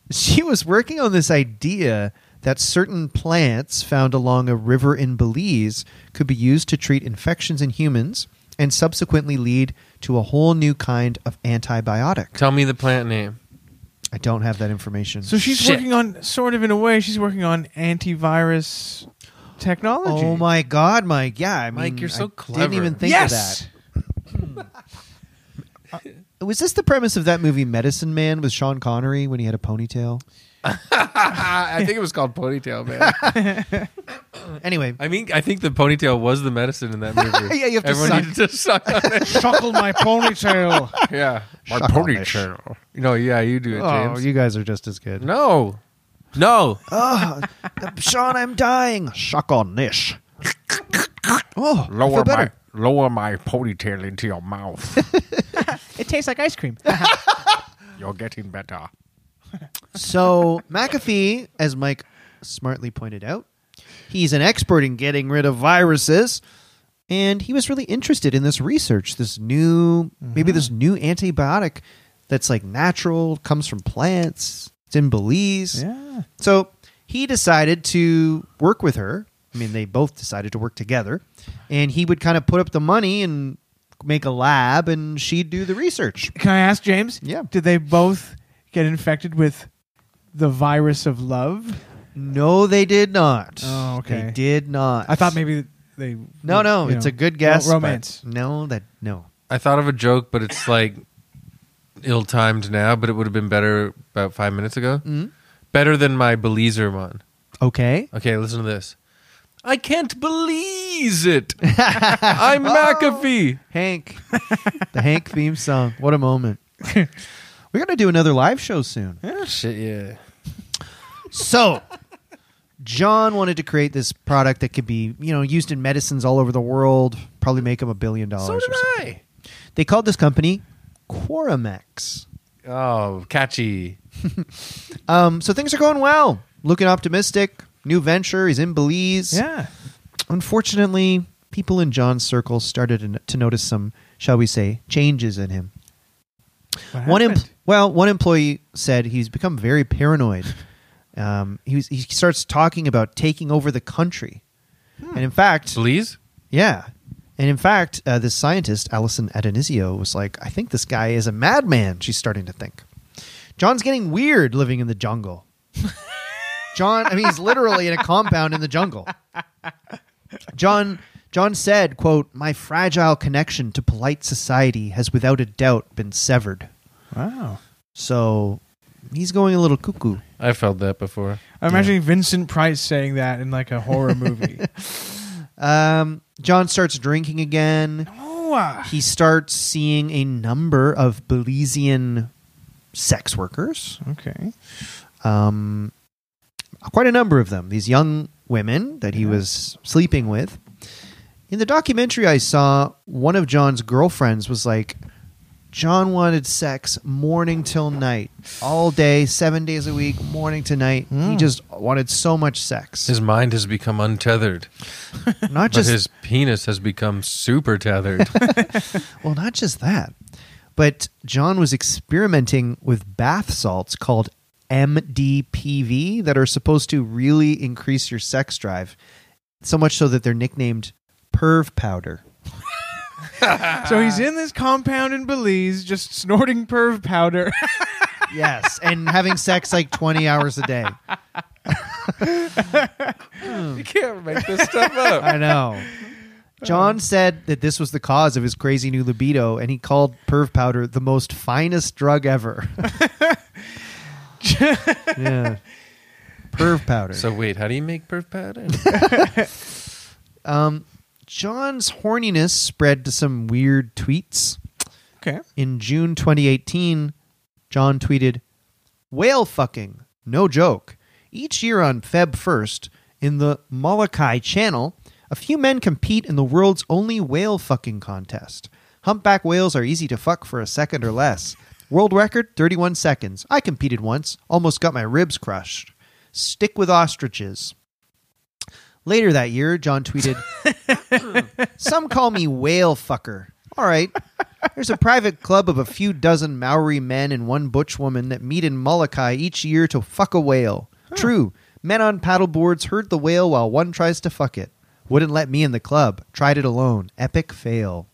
she was working on this idea that certain plants found along a river in Belize could be used to treat infections in humans and subsequently lead to a whole new kind of antibiotic.
Tell me the plant name.
I don't have that information.
So she's
Shit.
working on, sort of in a way, she's working on antivirus technology.
oh my god, Mike. Yeah, I mean,
Mike, you're so
I
clever.
Didn't even think
yes.
of that. Was this the premise of that movie Medicine Man with Sean Connery when he had a ponytail?
I think it was called Ponytail,
(laughs)
man.
Anyway,
I mean, I think the ponytail was the medicine (laughs) in that movie.
Yeah, you have to
Everyone
suck.
needed to suck on it.
Chuckle my ponytail.
Yeah. My
Suck on it.
ponytail. (laughs) No, yeah, you do it,
oh,
James.
you guys are just
(laughs)
as good.
no. No.
Oh, Sean, I'm dying. Shock on this. Oh, I feel
lower my
better.
lower my ponytail into your mouth.
(laughs)
It tastes like ice cream.
You're getting better.
So McAfee, as Mike smartly pointed out, he's an expert in getting rid of viruses, and he was really interested in this research, this new, maybe this
Mm-hmm.
new antibiotic that's like natural, comes from plants. It's in Belize.
yeah.
So he decided to work with her. I mean, they both decided to work together, and he would kind of put up the money and make a lab, and she'd do the research.
Can I ask James?
Yeah.
Did they both get infected with the virus of love?
No, they did not.
Oh, okay.
They did not.
I thought maybe they.
No, no,
you
it's
know,
a good guess.
ro- Romance.
but No, that no.
I thought of a joke, but it's like ill timed now, but it would have been better about five minutes ago. Better than my Belizer one.
Okay.
Okay, listen to this. I can't believe it. (laughs) I'm McAfee.
(laughs) Hank, the Hank theme song. What a moment. (laughs) We're gonna do another live show soon.
Shit, yeah.
So, John wanted to create this product that could be, you know, used in medicines all over the world. Probably make him a billion dollars.
So
or
did
something.
I.
They called this company Quoramex.
Oh, catchy.
Um, so things are going well. Looking optimistic. New venture. He's in Belize.
Yeah.
Unfortunately, people in John's circle started to- to notice some, shall we say, changes in him.
What
One em-
happened?
well, one employee said he's become
(laughs)
very paranoid. Um, he was, he starts talking about taking over the country,
Hmm.
and in fact,
Belize?
yeah, and in fact, uh, this scientist Allison Adonisio was like, "I think this guy is a madman." She's starting to think John's getting weird living in the jungle. (laughs) John, I mean, he's literally in a compound in the jungle. John John said, "quote My fragile connection to polite society has without a doubt been severed."
Wow.
So He's going a little cuckoo.
I felt that before.
I'm imagining Vincent Price saying that in like a
(laughs)
horror movie.
Um, John starts drinking again.
oh, uh,
He starts seeing a number of Belizean sex workers.
okay.
um, quite a number of them, these young women that he was sleeping with. In the documentary I saw, one of John's girlfriends was like, John wanted sex morning till night, all day, seven days a week, morning to night. He just wanted so much sex.
Hmm. His mind has become untethered,
not
but
just
his penis has become super
(laughs)
tethered.
well, not just that, but John was experimenting with bath salts called MDPV that are supposed to really increase your sex drive, so much so that they're nicknamed perv powder.
So he's in this compound in Belize, just snorting perv
(laughs)
powder.
Yes, (laughs) and having sex like 20 hours a day.
you can't make this stuff up.
I know. John said that this was the cause of his crazy new libido, and he called perv powder the most finest drug (laughs) ever. yeah. Perv powder.
So wait, how do you make perf powder?
Um, John's horniness spread to some weird tweets.
okay.
In June 2018, John tweeted, Whale fucking, no joke. Each year on Feb 1st, in the Molokai Channel, a few men compete in the world's only whale fucking contest. Humpback whales are easy to fuck for a second or less. World record, 31 seconds. I competed once, almost got my ribs crushed. Stick with ostriches. Later that year, John tweeted, Some call me whale fucker. All right. There's a private club of a few dozen Maori men and one butch woman that meet in Molokai each year to fuck a whale. True. Men on paddleboards herd the whale while one tries to fuck it. Wouldn't let me in the club. Tried it alone. Epic fail.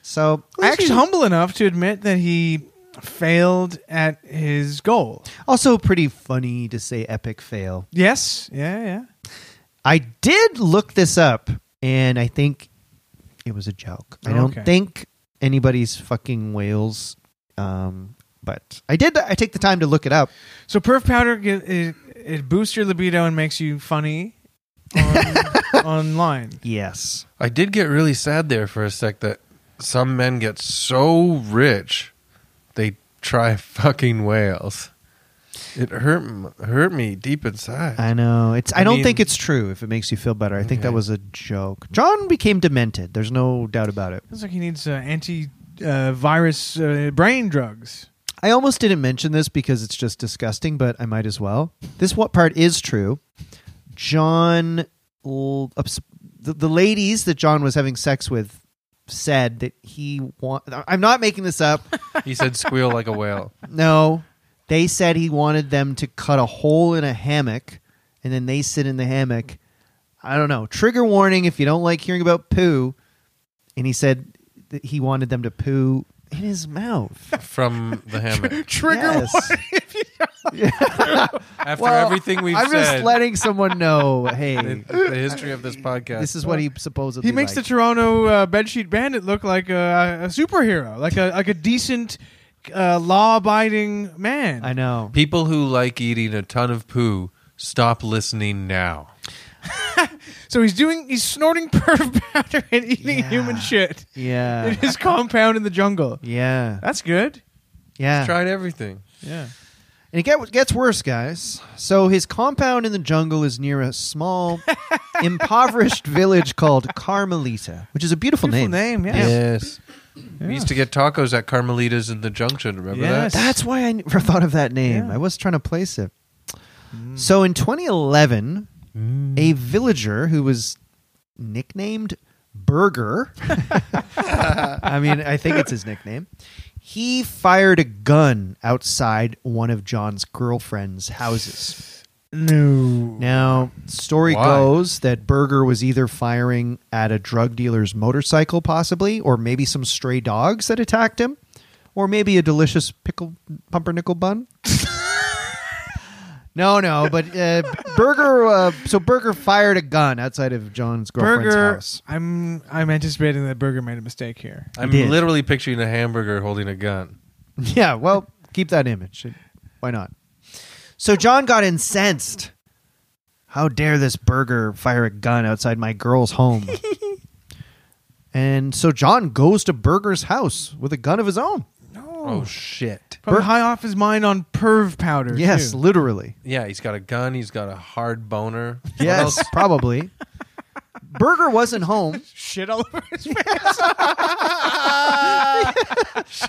So, I
Actually,
actually,
humble enough to admit that he failed at his goal.
also pretty funny to say epic fail.
Yes. Yeah. Yeah.
I did look this up, and I think it was a joke. I don't
Okay.
think anybody's fucking whales, um, but I did. I take the time to look it up.
So perf powder gi- it, it boosts your libido and makes you funny on, (laughs) online.
(laughs) Yes,
(laughs) I did get really sad there for a sec that some men get so rich they try fucking whales. It hurt m- hurt me deep
(laughs)
inside.
I know. It's. I,
I
don't
mean-
think it's true. If it makes you feel better, I think that
Okay.
was a joke. John became demented. There's no doubt about it.
Sounds like he needs uh, anti uh, virus uh, brain drugs.
I almost didn't mention this because it's just disgusting, but I might as well. This what part is true. John, l- ups- the, the ladies that John was having sex with said that he want. I'm not making this up.
he said squeal like a whale.
no, they said he wanted them to cut a hole in a hammock, and then they sit in the hammock. I don't know. Trigger warning if you don't like hearing about poo. And he said that he wanted them to poo in his
(laughs)
mouth.
From the hammock.
Trigger
Yes.
After
Well,
everything we've
I'm
said,
just letting
(laughs)
someone know. Hey,
the, the history
(laughs)
of this podcast.
this is what he supposedly.
He makes the
liked.
Toronto uh, bedsheet bandit look like a, a superhero, like a like a decent, uh, law-abiding man.
I know.
People who like eating a ton of poo, stop listening now.
So he's doing he's snorting (laughs) perv powder and eating
Yeah. Uh,
human shit in (laughs)
Yeah.
his compound in the jungle.
Yeah.
That's good.
Yeah.
Tried everything.
Yeah.
And it get, gets worse, guys. So his compound in the jungle is near
(laughs)
a small, impoverished village called Carmelita, which is a beautiful,
Beautiful
name.
name. Yeah.
Yes. We used to get tacos at Carmelita's in the Junction. Remember
Yes.
that?
That's why I never (laughs) thought of that name.
Yeah.
I was trying to place it. So in 2011,
Mm.
a villager who was nicknamed Burger, (laughs) I mean, I think it's his nickname, he fired a gun outside one of John's girlfriend's houses.
No.
Now, story
Why?
goes that Burger was either firing at a drug dealer's motorcycle, possibly, or maybe some stray dogs that attacked him, or maybe a delicious pickle pumpernickel bun. (laughs) no, no, but uh, Burger. Uh, so Burger fired a gun outside of John's girlfriend's
Burger.
house.
I'm I'm anticipating that Burger made a mistake here.
I'm
did. (laughs)
literally picturing a hamburger holding a gun.
Yeah, well, keep that image. It Why not? So John got incensed. How dare this burger fire a gun outside my girl's home? and so John goes to Burger's house with a gun of his own.
Oh shit!
Probably high off his mind on perv powder.
Yes,
too.
literally.
Yeah, he's got a gun. He's got a hard boner. What
Yes,
else?
probably. Burger wasn't home.
shit all (laughs) over his face.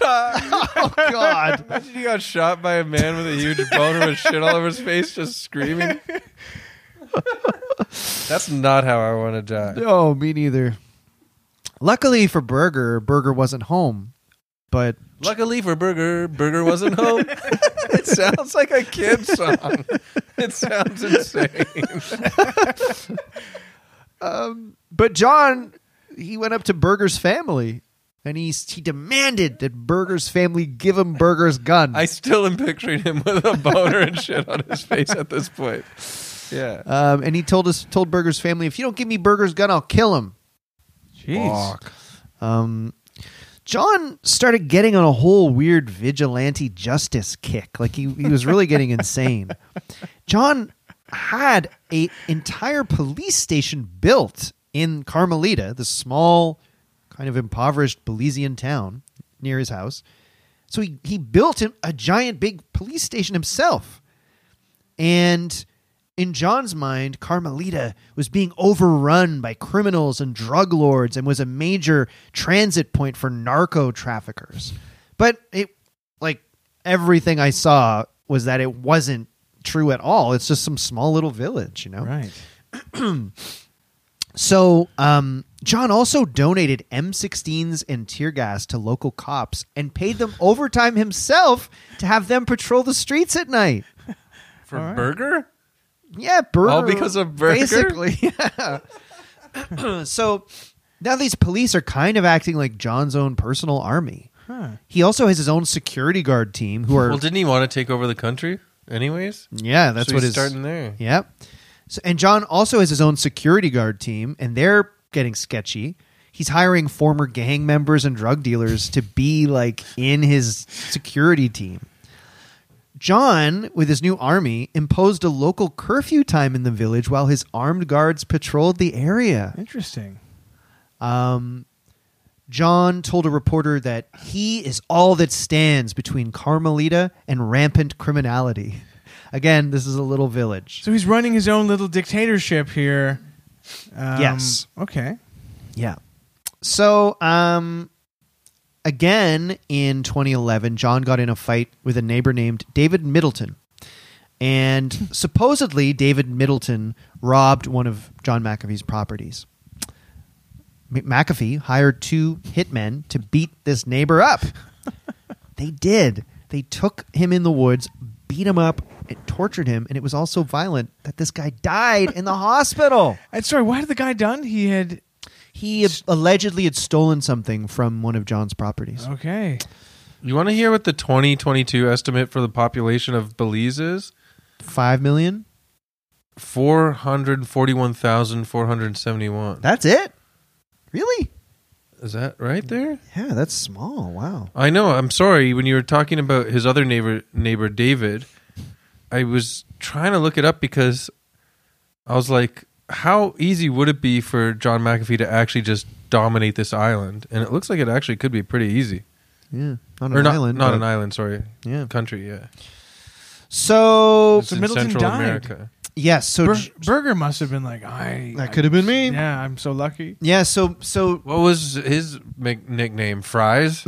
Oh God.
Imagine he got shot by a man with a huge boner with shit all over his face, just screaming. That's not how I want to die.
No, me neither. Luckily for Burger, Burger wasn't home. But
Luckily for Burger, Burger wasn't home. it sounds like a kid song. It sounds insane.
Um, but John, he went up to Burger's family and he he demanded that Burger's family give him Burger's gun.
I still am picturing him with a boner and shit on his face at this point. Yeah.
um, and he told us told Burger's family, if you don't give me Burger's gun, I'll kill him.
Jeez.
Um, John started getting on a whole weird vigilante justice kick. Like he, he was really getting insane. (laughs) John had a entire police station built in Carmelita, the small, kind of impoverished Belizean town near his house. So he, he built him a giant big police station himself. And in John's mind, Carmelita was being overrun by criminals and drug lords and was a major transit point for narco traffickers. But it, like, everything I saw was that it wasn't true at all. It's just some small little village, you know?
Right.
So, um, John also donated M16s and tear gas to local cops and paid them overtime himself to have them patrol the streets at night.
For Burger?
Yeah, burger.
All because of burger?
Basically, (laughs) yeah. (clears throat) so now these police are kind of acting like John's own personal army. He also has his own security guard team who
(laughs)
are
Well, didn't he want to take over the country anyways?
yeah, that's
so
what
he's
his
starting there.
Yep. So, and John also has his own security guard team, and they're getting sketchy. He's hiring former gang members and drug dealers to be like in his security team. John, with his new army, imposed a local curfew time in the village while his armed guards patrolled the area.
Interesting.
Um, John told a reporter that he is all that stands between Carmelita and rampant criminality. Again, this is a little village.
So he's running his own little dictatorship here. Um,
Yes.
Okay.
Yeah. So, um, again in 2011, John got in a fight with a neighbor named David Middleton. And supposedly, David Middleton robbed one of John McAfee's properties. M- McAfee hired two hitmen to beat this neighbor up. they did. They took him in the woods, beat him up, and tortured him. And it was all so violent that this guy died in the hospital.
And sorry, why did the guy done? He had
He ab- allegedly had stolen something from one of John's properties.
okay.
You want to hear what the 2022 estimate for the population of Belize is?
Five million?
441,471.
That's it? Really?
Is that right there?
Yeah, that's small. Wow.
I know. I'm sorry. When you were talking about his other neighbor, neighbor David, I was trying to look it up because I was like, how easy would it be for John McAfee to actually just dominate this island? And it looks like it actually could be pretty easy.
Yeah, on an
or not,
island.
not
but-
an island. Sorry,
Yeah.
country. Yeah,
So
It's
So
in
Middleton
Central
died.
America.
yes, so
Bur-
J-
Burger must have been like, I.
that could have been me. Yeah.
Yeah, I'm so lucky.
so so
What was his mic-
(laughs)
nickname? Fries.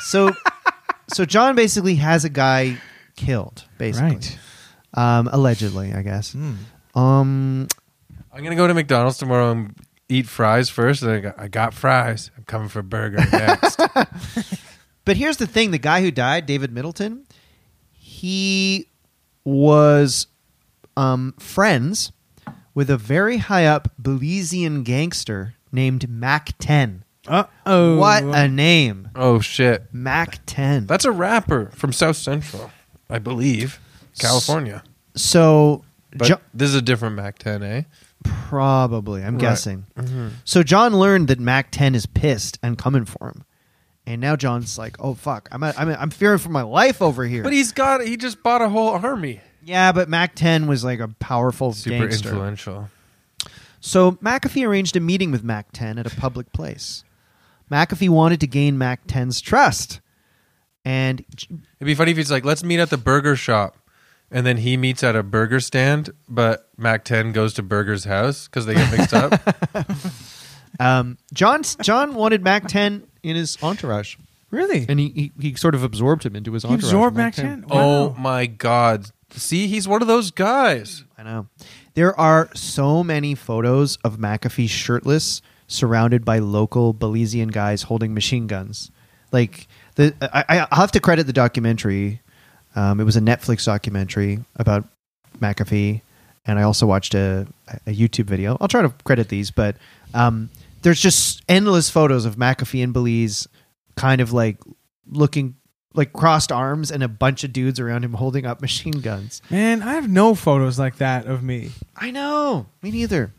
so so John basically has a guy killed, basically.
Right.
Um, allegedly, I guess. Um,
I'm gonna go to McDonald's tomorrow and eat fries first. And I, got, I got fries. I'm coming for
(laughs)
burger next.
But here's the thing: the guy who died, David Middleton, he was um, friends with a very high up Belizean gangster named Mac Ten.
Uh oh.
What a name,
oh shit!
Mac Ten.
That's a rapper from South Central, I believe, California.
so
But
Jo-
this is a different Mac 10, eh? Mm-hmm.
probably, I'm guessing. So John learned that Mac Ten is pissed and coming for him, And now John's like, "Oh fuck, I'm I'm, I'm fearing for my life over here."
But he's got he just bought a whole army.
yeah, but Mac Ten was like a powerful
Super
gangster.
influential.
So McAfee arranged a meeting with Mac 10 at a public place. McAfee wanted to gain Mac 10's trust. And
It'd be funny if he's like, let's meet at the burger shop. And then he meets at a burger stand, but Mac 10 goes to Burger's house because they get mixed up.
um, John, John wanted Mac 10 in his entourage.
Really?
And he, he, he sort of absorbed him into his
He
entourage.
absorbed Mac 10?
Oh my God. See, he's one of those guys.
I know. There are so many photos of McAfee shirtless, surrounded by local Belizean guys holding machine guns. Like the, I, I- I'll have to credit the documentary. Um, it was a Netflix documentary about McAfee, and I also watched a, a YouTube video. I'll try to credit these, but um, there's just endless photos of McAfee and Belize, kind of like looking like crossed arms, and a bunch of dudes around him holding up machine guns.
Man, I have no photos like that of me.
I know. Me neither.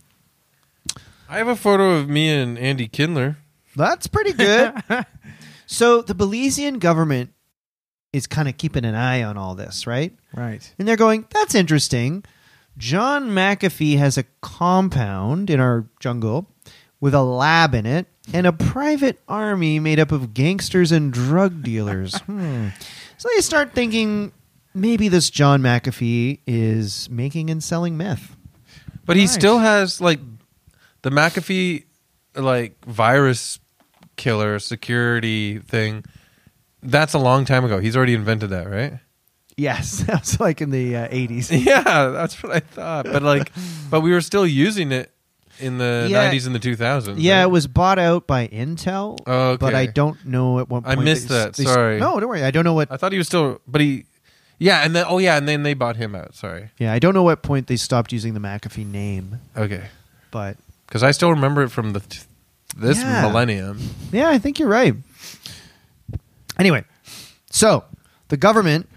I have a photo of me and Andy Kindler.
That's pretty (laughs) good. so the Belizean government is kind of keeping an eye on all this, right?
Right.
And they're going, that's interesting. John McAfee has a compound in our jungle with a lab in it and a private army made up of gangsters and drug (laughs) dealers. hmm. So they start thinking maybe this John McAfee is making and selling meth.
But he
Nice.
still has like the McAfee like virus killer security thing. That's a long time ago. He's already invented that, right?
Yes, (laughs) that's like in the uh, 80s.
(laughs) Yeah, that's what I thought. But (laughs) like, but we were still using it in the
Yeah.
'90s and the 2000s.
Yeah,
right?
it was bought out by Intel.
Mm-hmm. Oh, okay.
But I don't know at what
I
point.
missed
they-
that,
they-
sorry.
No, don't worry. I don't know what.
I thought he was still, but he, yeah, and then oh yeah, and then they bought him out. Sorry,
Yeah, I don't know what point they stopped using the McAfee name,
okay,
but
because I still remember it from the t- this
Yeah.
millennium.
yeah, I think you're right. Anyway, so the government,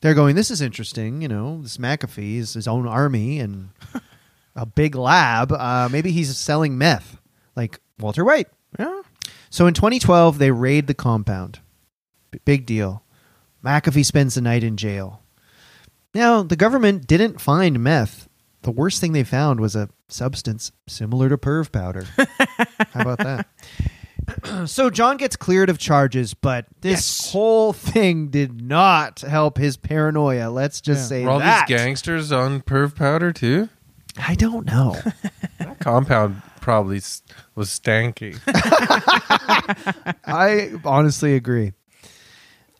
they're going. This is interesting. You know, this McAfee is his own army and a big lab. Uh, maybe he's selling meth, like Walter White.
Yeah.
So in 2012, they raid the compound. B- big deal. McAfee spends the night in jail. Now, the government didn't find meth. The worst thing they found was a substance similar to perv powder. How about that? so John gets cleared of charges, but this
Yes.
whole thing did not help his paranoia. Let's just
Yeah.
say
Were all
that.
these gangsters on perv powder too?
I don't know.
That compound probably s- was
(laughs)
stanky.
I honestly agree.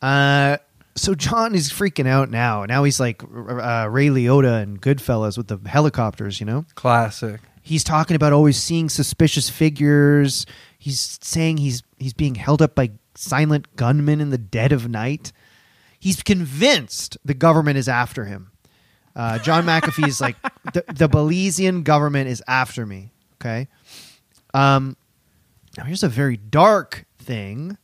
Uh, so John is freaking out now. Now he's like uh, Ray Liotta and Goodfellas with the helicopters. You know,
Classic.
he's talking about always seeing suspicious figures. He's saying he's he's being held up by silent gunmen in the dead of night. He's convinced the government is after him. Uh, John McAfee is like (laughs) the, the Belizean government is after me. Okay. Um, now here's a very dark thing.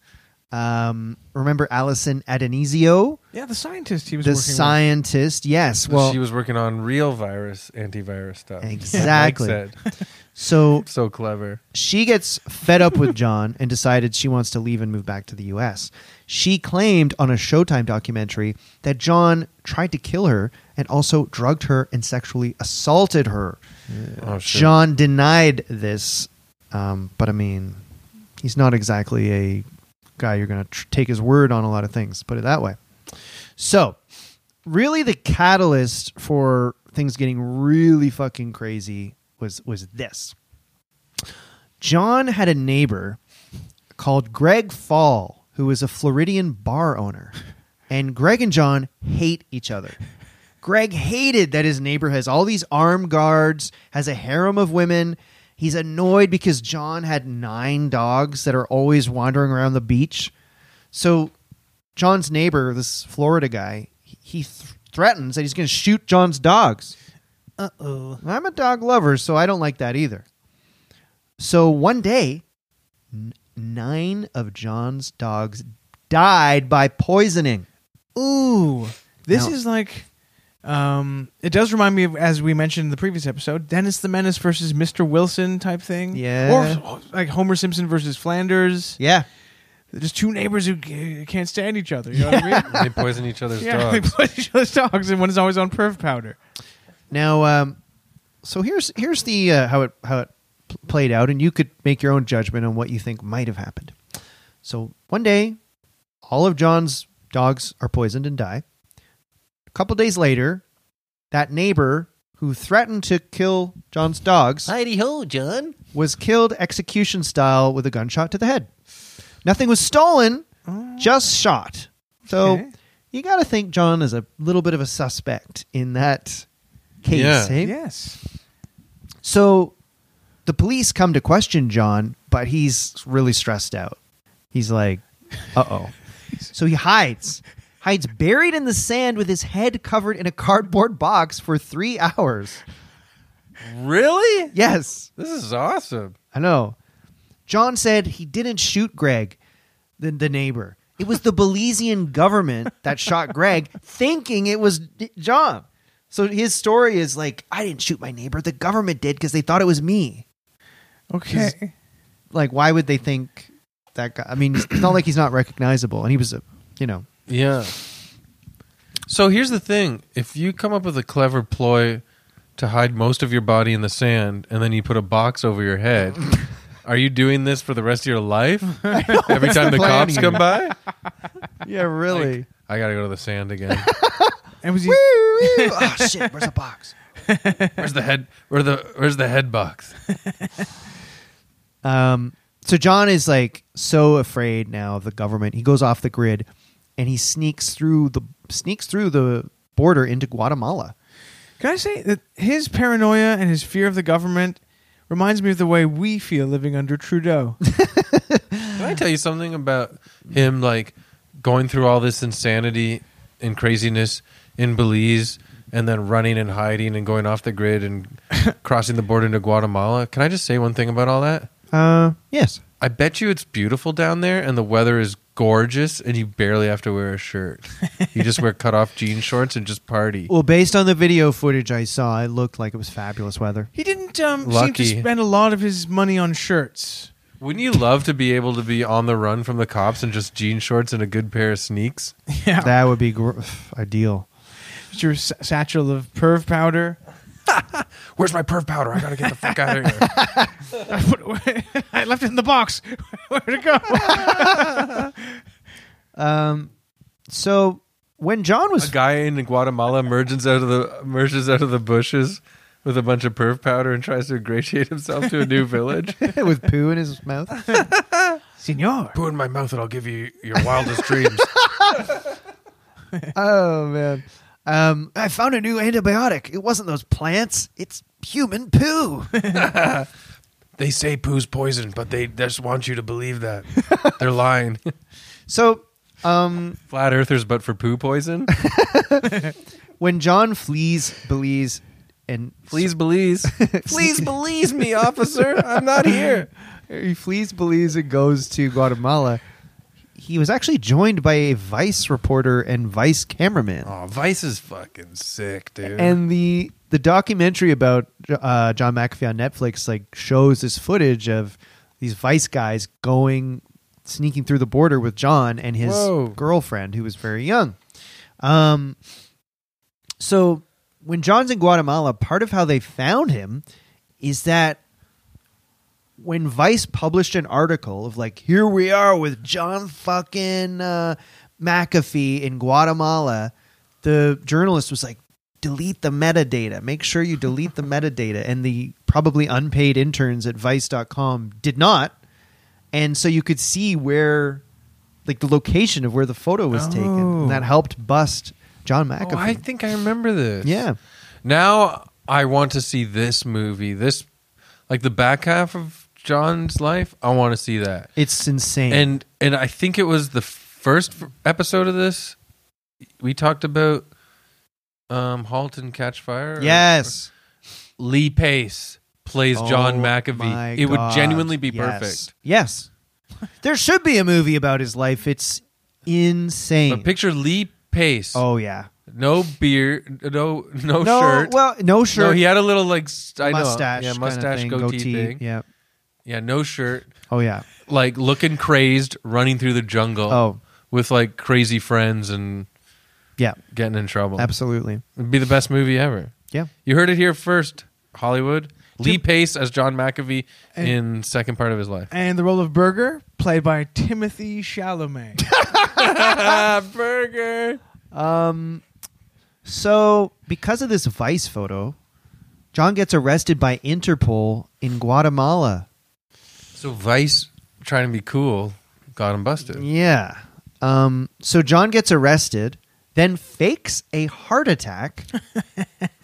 Um, remember Allison Adenizio,
Yeah, the scientist he was
the
working
scientist? Yes. Well,
she was working on real virus antivirus stuff. (laughs) Like Mike
Exactly.
said.
so
So clever.
she gets fed up with John and decided she wants to leave and move back to the US. She claimed on a Showtime documentary that John tried to kill her and also drugged her and sexually assaulted her.
Oh shit.
John denied this, um, but I mean, he's not exactly a guy you're going to tr- take his word on a lot of things, put it that way. So, really, the catalyst for things getting really fucking crazy was was this. John had a neighbor called Greg Fall, who was a Floridian bar owner, and Greg and John hate each other. Greg hated that his neighbor has all these armed guards, has a harem of women. He's annoyed because John had nine dogs that are always wandering around the beach. So, John's neighbor, this Florida guy, he- he th- threatens that he's going to shoot John's dogs.
Uh oh.
I'm a dog lover, so I don't like that either. So one day, n- nine of John's dogs died by poisoning.
Ooh. This
Now-
is like um it does remind me of as we mentioned in the previous episode, Dennis the Menace versus Mr. Wilson type thing.
Yeah.
Or like Homer Simpson versus Flanders.
Yeah.
They're just two neighbors who g- can't stand each other. You know what I
(laughs)
mean?
They poison each other's
yeah, they
dogs.
play each other's dogs, and one is always on perv powder.
Now, um, so here's here's the uh, how it how it pl- played out, and you could make your own judgment on what you think might have happened. So one day, all of John's dogs are poisoned and die. A couple days later, that neighbor who threatened to kill John's dogs
Heidi ho, John.
was killed execution style with a gunshot to the head. Nothing was stolen, just shot. So
Okay.
you got to think John is a little bit of a suspect in that case.
Yeah.
eh?
Yes.
So the police come to question John, but he's really stressed out. He's like, uh oh. so he hides, hides buried in the sand with his head covered in a cardboard box for three hours.
Really?
Yes.
This is awesome.
I know. John said he didn't shoot Greg, the, the neighbor. It was the Belizean government that shot Greg, thinking it was D- John. So his story is like, I didn't shoot my neighbor. The government did because they thought it was me.
Okay.
Like, why would they think that guy? I mean, it's not like he's not recognizable. And he was a, you know,
Yeah. So here's the thing: if you come up with a clever ploy to hide most of your body in the sand, and then you put a box over your head, are you doing this for the rest of your life? Every time the,
the plan
cops
here?
come by,
yeah, really.
I gotta go to the sand again.
And was he?
(laughs) oh shit! Where's the box?
Where's the head? Where the Where's the head box?
Um, so John is like so afraid now of the government. He goes off the grid, and he sneaks through the sneaks through the border into Guatemala.
Can I say that his paranoia and his fear of the government reminds me of the way we feel living under Trudeau?
Can I tell you something about him like going through all this insanity and craziness in Belize and then running and hiding and going off the grid and crossing the border into Guatemala? Can I just say one thing about all that?
Uh, yes.
I bet you it's beautiful down there and the weather is gorgeous and you barely have to wear a shirt. You just wear cut off jean shorts and just party.
Well, based on the video footage I saw, it looked like it was fabulous weather.
He didn't um, seem to
Lucky.
spend a lot of his money on shirts.
Wouldn't you love to be able to be on the run from the cops and just jean shorts and a good pair of sneaks?
Yeah,
That would be gr- (sighs) ideal.
Just your s- satchel of perv powder.
Where's my perv powder? I gotta get the (laughs) fuck out of here.
(laughs) I, put it away. (laughs) I left it in the box. (laughs) Where'd it go?
Um, so when John
a
was
guy in Guatemala emerges out of the emerges out of the bushes with a bunch of perv powder and tries to ingratiate himself to a new village.
(laughs) with poo in his mouth,
Senor.
Poo in my mouth and I'll give you your wildest dreams.
oh man, um, I found a new antibiotic. It wasn't those plants. It's human poo.
(laughs) They say poo's poison, but they just want you to believe that. They're lying.
so, um,
(laughs) Flat earthers but for poo poison?
when John flees Belize and
Please believe.
(laughs)
Please believe me, officer. I'm not here.
he flees Belize and goes to Guatemala, he was actually joined by a vice reporter and vice cameraman.
Oh, Vice is fucking sick, dude.
And the the documentary about uh, John McAfee on Netflix like shows this footage of these vice guys going sneaking through the border with John and his
Whoa.
girlfriend who was very young. Um so when John's in Guatemala, part of how they found him is that when Vice published an article of like, here we are with John fucking uh, McAfee in Guatemala, the journalist was like, delete the metadata. Make sure you
(laughs)
delete the metadata. And the probably unpaid interns at vice.com did not. And so you could see where, like, the location of where the photo was taken.
Oh.
And that helped bust John McAfee.
oh, I think I remember this.
yeah.
Now I want to see this movie. This like the back half of John's life. I want to see that.
It's insane.
And and I think it was the first f- episode of this we talked about um Halt and Catch Fire. or-
yes.
Lee Pace plays
Oh,
John
my
McAfee. It would
God.
genuinely be
Yes.
perfect.
Yes. (laughs) There should be a movie about his life. It's insane.
But picture Lee Pace.
oh yeah.
No beard, no no,
no,
Oh, shirt.
well, no
No,
shirt.
he had a little like s- I know,
mustache,
yeah,
kinda
mustache
thing,
goatee, thing.
Yeah.
Yeah, no shirt,
Oh yeah.
like looking crazed, running through the jungle.
Oh.
with like crazy friends and
Yeah.
getting in trouble.
Absolutely.
It'd be the best movie ever.
Yeah.
You heard it here first, Hollywood. Lee Pace as John McAfee in second part of his life.
And the role of Burger, played by Timothy (laughs) Chalamet.
Burger.
Um, so because of this Vice photo, John gets arrested by Interpol in Guatemala.
So Vice trying to be cool got him busted.
Yeah. Um, so John gets arrested, then fakes a heart attack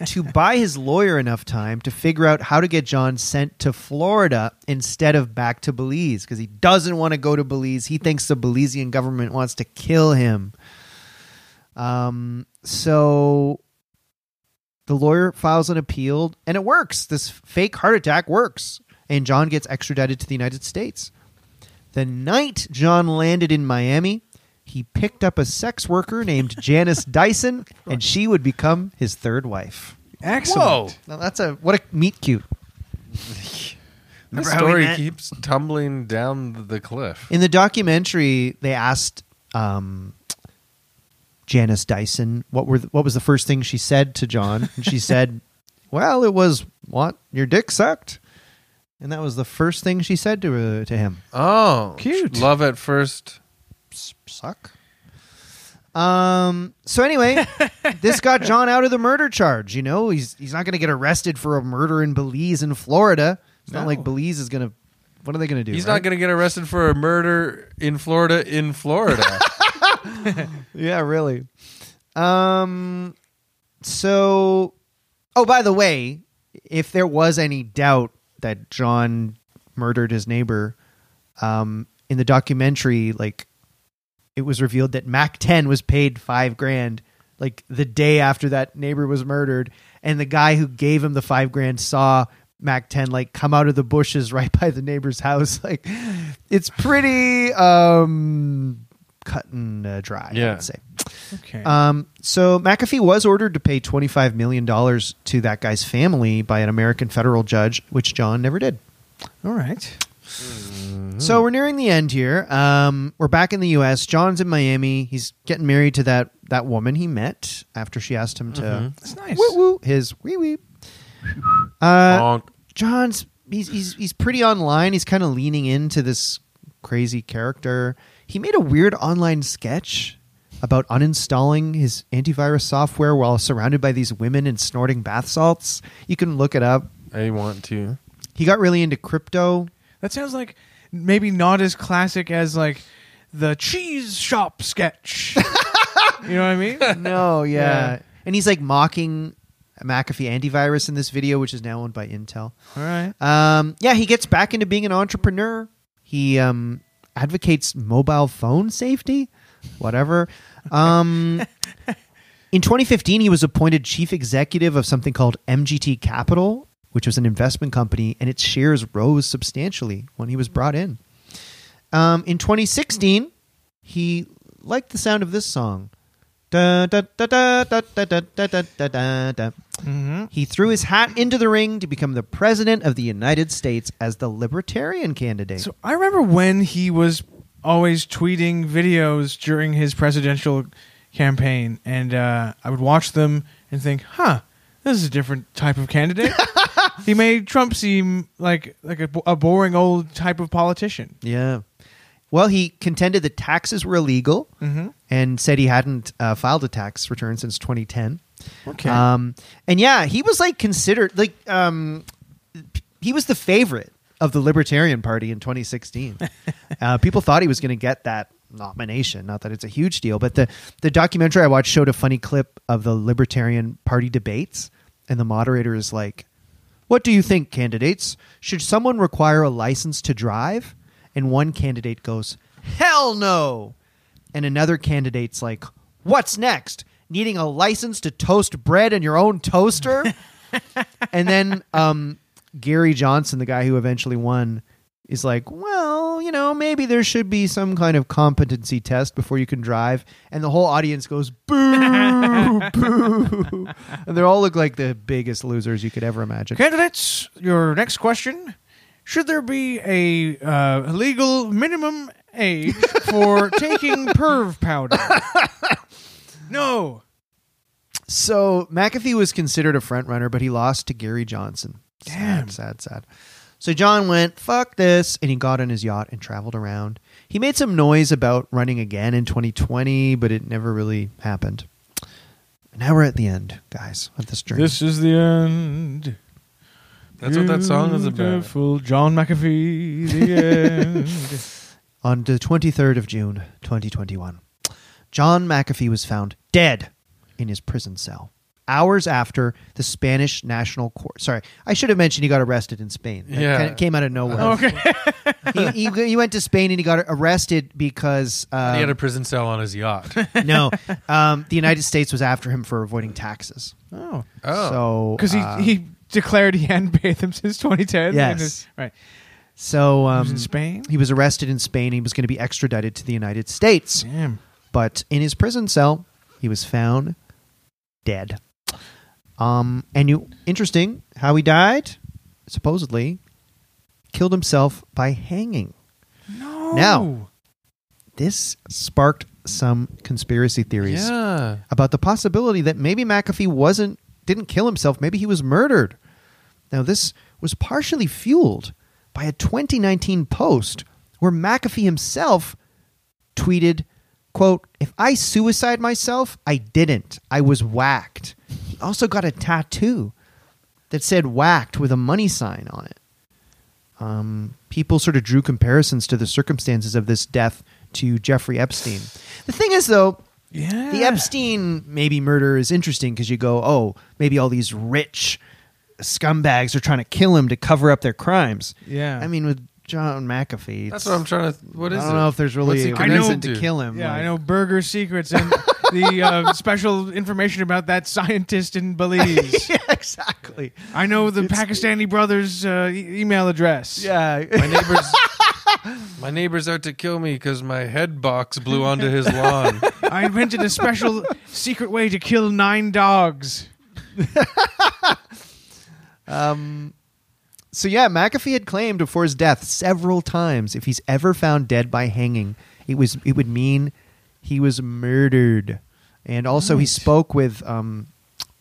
to buy his lawyer enough time to figure out how to get John sent to Florida instead of back to Belize because he doesn't want to go to Belize. He thinks the Belizean government wants to kill him. Um, so the lawyer files an appeal and it works. This fake heart attack works. And John gets extradited to the United States. The night John landed in Miami, he picked up a sex worker (laughs) named Janice Dyson, and she would become his third wife.
Excellent.
Now that's a what a meet cute.
This
how we
story
met?
keeps tumbling down the cliff.
In the documentary, they asked um, Janice Dyson what were the, what was the first thing she said to John, and she (laughs) said, "Well, it was what your dick sucked," and that was the first thing she said to uh, to him.
Oh,
Cute.
Love at first.
s- suck. Um. So anyway, this got John out of the murder charge. You know, he's he's not going to get arrested for a murder in Belize in Florida. It's not
No.
like Belize is going to. What are they going to do?
He's not going to get arrested for a murder in Florida in Florida.
to. Yeah, really. Um. So, oh, by the way, if there was any doubt that John murdered his neighbor, um, in the documentary, like it was revealed that Mac 10 was paid five grand like the day after that neighbor was murdered. And the guy who gave him the five grand saw Mac 10 like come out of the bushes (laughs) right by the neighbor's house. Like it's pretty um, cut and uh, dry, I
Yeah.
would say.
Okay.
Um, so McAfee was ordered to pay $25 million to that guy's family by an American federal judge, which John never did.
All right.
So we're nearing the end here. Um, we're back in the U.S. John's in Miami. He's getting married to that that woman he met after she asked him to
That's nice.
woo woo his wee wee. Uh,
Honk.
John's he's he's he's pretty online. He's kind of leaning into this crazy character. He made a weird online sketch about uninstalling his antivirus software while surrounded by these women and snorting bath salts. You can look it up.
I want to.
He got really into crypto.
That sounds like maybe not as classic as like the cheese shop (laughs) sketch. you know what I mean? (laughs)
no, (laughs) yeah.
Yeah.
And he's like mocking McAfee antivirus in this video, which is now owned by Intel.
All right.
Um, yeah, he gets back into being an entrepreneur. He um, advocates mobile phone safety, whatever. Um, in 2015, he was appointed chief executive of something called MGT Capital, which was an investment company, and its shares rose substantially when he was brought in. Um, in 2016, he liked the sound of this song. Da, da, da, da, da, da, da, da, da, da, da.
Mm-hmm.
He threw his hat into the ring to become the president of the United States as the libertarian candidate.
So I remember when he was always tweeting videos during his presidential campaign, and uh, I would watch them and think, "Huh, this is a different type of candidate." he made Trump seem like like a, bo- a boring old type of politician.
yeah. Well, he contended that taxes were illegal
Mhm.
and said he hadn't uh, filed a tax return since 2010.
Okay.
Um, and yeah, he was like considered like um, he was the favorite of the Libertarian Party in 2016. uh, people thought he was going to get that nomination. Not that it's a huge deal, but the the documentary I watched showed a funny clip of the Libertarian Party debates, and the moderator is like, "What do you think, candidates? Should someone require a license to drive?" And one candidate goes, "Hell no!" and another candidate's like, "What's next? Needing a license to toast bread in your own toaster?" and then um, Gary Johnson, the guy who eventually won, is like, "Well, you know, maybe there should be some kind of competency test before you can drive." And the whole audience goes, "Boo, boo!" And they all look like the biggest losers you could ever imagine.
Candidates, your next question Should there be a uh, legal minimum age for taking perv powder? no.
So McAfee was considered a front runner, but he lost to Gary Johnson. Sad,
Damn.
sad, sad. So John went, fuck this, and he got on his yacht and traveled around. He made some noise about running again in 2020, but it never really happened. Now we're at the end, guys, of this journey.
is the end.
That's what that song is about.
Beautiful John McAfee, the
On the 23rd of June, 2021, John McAfee was found dead in his prison cell. Hours after the Spanish National Court. Sorry, I should have mentioned he got arrested in Spain. That
Yeah.
kinda came out of nowhere.
end. okay.
he, he, he went to Spain and he got arrested because
he had a
um,
prison cell on his yacht.
(laughs) no, um, the United States was after him for avoiding taxes.
Oh.
Oh.
so
Because he,
uh,
he declared he hadn't paid them since 2010. and
Yes.
his- right.
so um,
he was in Spain?
he was arrested in Spain. He was going to be extradited to the United States,
Damn.
but in his prison cell, he was found dead. Um, and you interesting how he died? Supposedly, killed himself by hanging.
No.
Now. This sparked some conspiracy theories.
yeah.
about the possibility that maybe McAfee wasn't didn't kill himself, maybe he was murdered. Now this was partially fueled by a 2019 post where McAfee himself tweeted, quote, "If I suicide myself, I didn't. I was whacked." He also got a tattoo that said whacked with a money sign on it. Um, people sort of drew comparisons to the circumstances of this death to Jeffrey Epstein. The thing is though,
Yeah.
the Epstein maybe murder is interesting because you go, oh, maybe all these rich scumbags are trying to kill him to cover up their crimes.
Yeah.
I mean, with John McAfee,
That's
it's-
what I'm trying to. What is
I
it?
don't know if there's
What's
really
he
a
connected
reason to
to?
kill him.
Yeah,
like-
I know burger secrets and the uh, special information about that scientist in Belize.
(laughs) yeah, exactly.
I know the Pakistani brother's uh, e- email address.
My neighbors. my neighbors (laughs) out to kill me because my head box blew onto his
(laughs)
lawn.
I invented a special secret way to kill nine dogs.
Um, so yeah, McAfee had claimed before his death several times if he's ever found dead by hanging, it was it would mean he was murdered. And also, he spoke with um,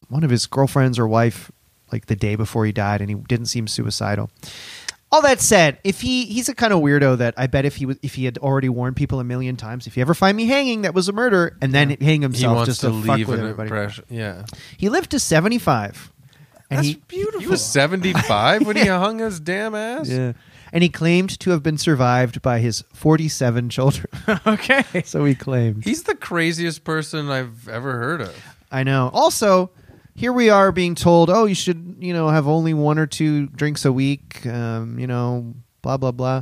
one of his girlfriends or wife like the day before he died, and he didn't seem suicidal. All that said, if he he's a kind of weirdo that I bet if he was if he had already warned people a million times, if you ever find me hanging, that was a murder, and then hang
He
himself
wants
just
to
fuck
leave
with
an
everybody.
impression. Yeah.
He lived to seventy five, and
That's
he
beautiful.
He was 75 when he hung his damn ass.
Yeah. And he claimed to have been survived by his 47 children. (laughs)
okay.
so he claimed.
He's the craziest person I've ever heard of.
I know. Also, here we are being told, oh, you should, you know, have only one or two drinks a week, um, you know, blah, blah, blah.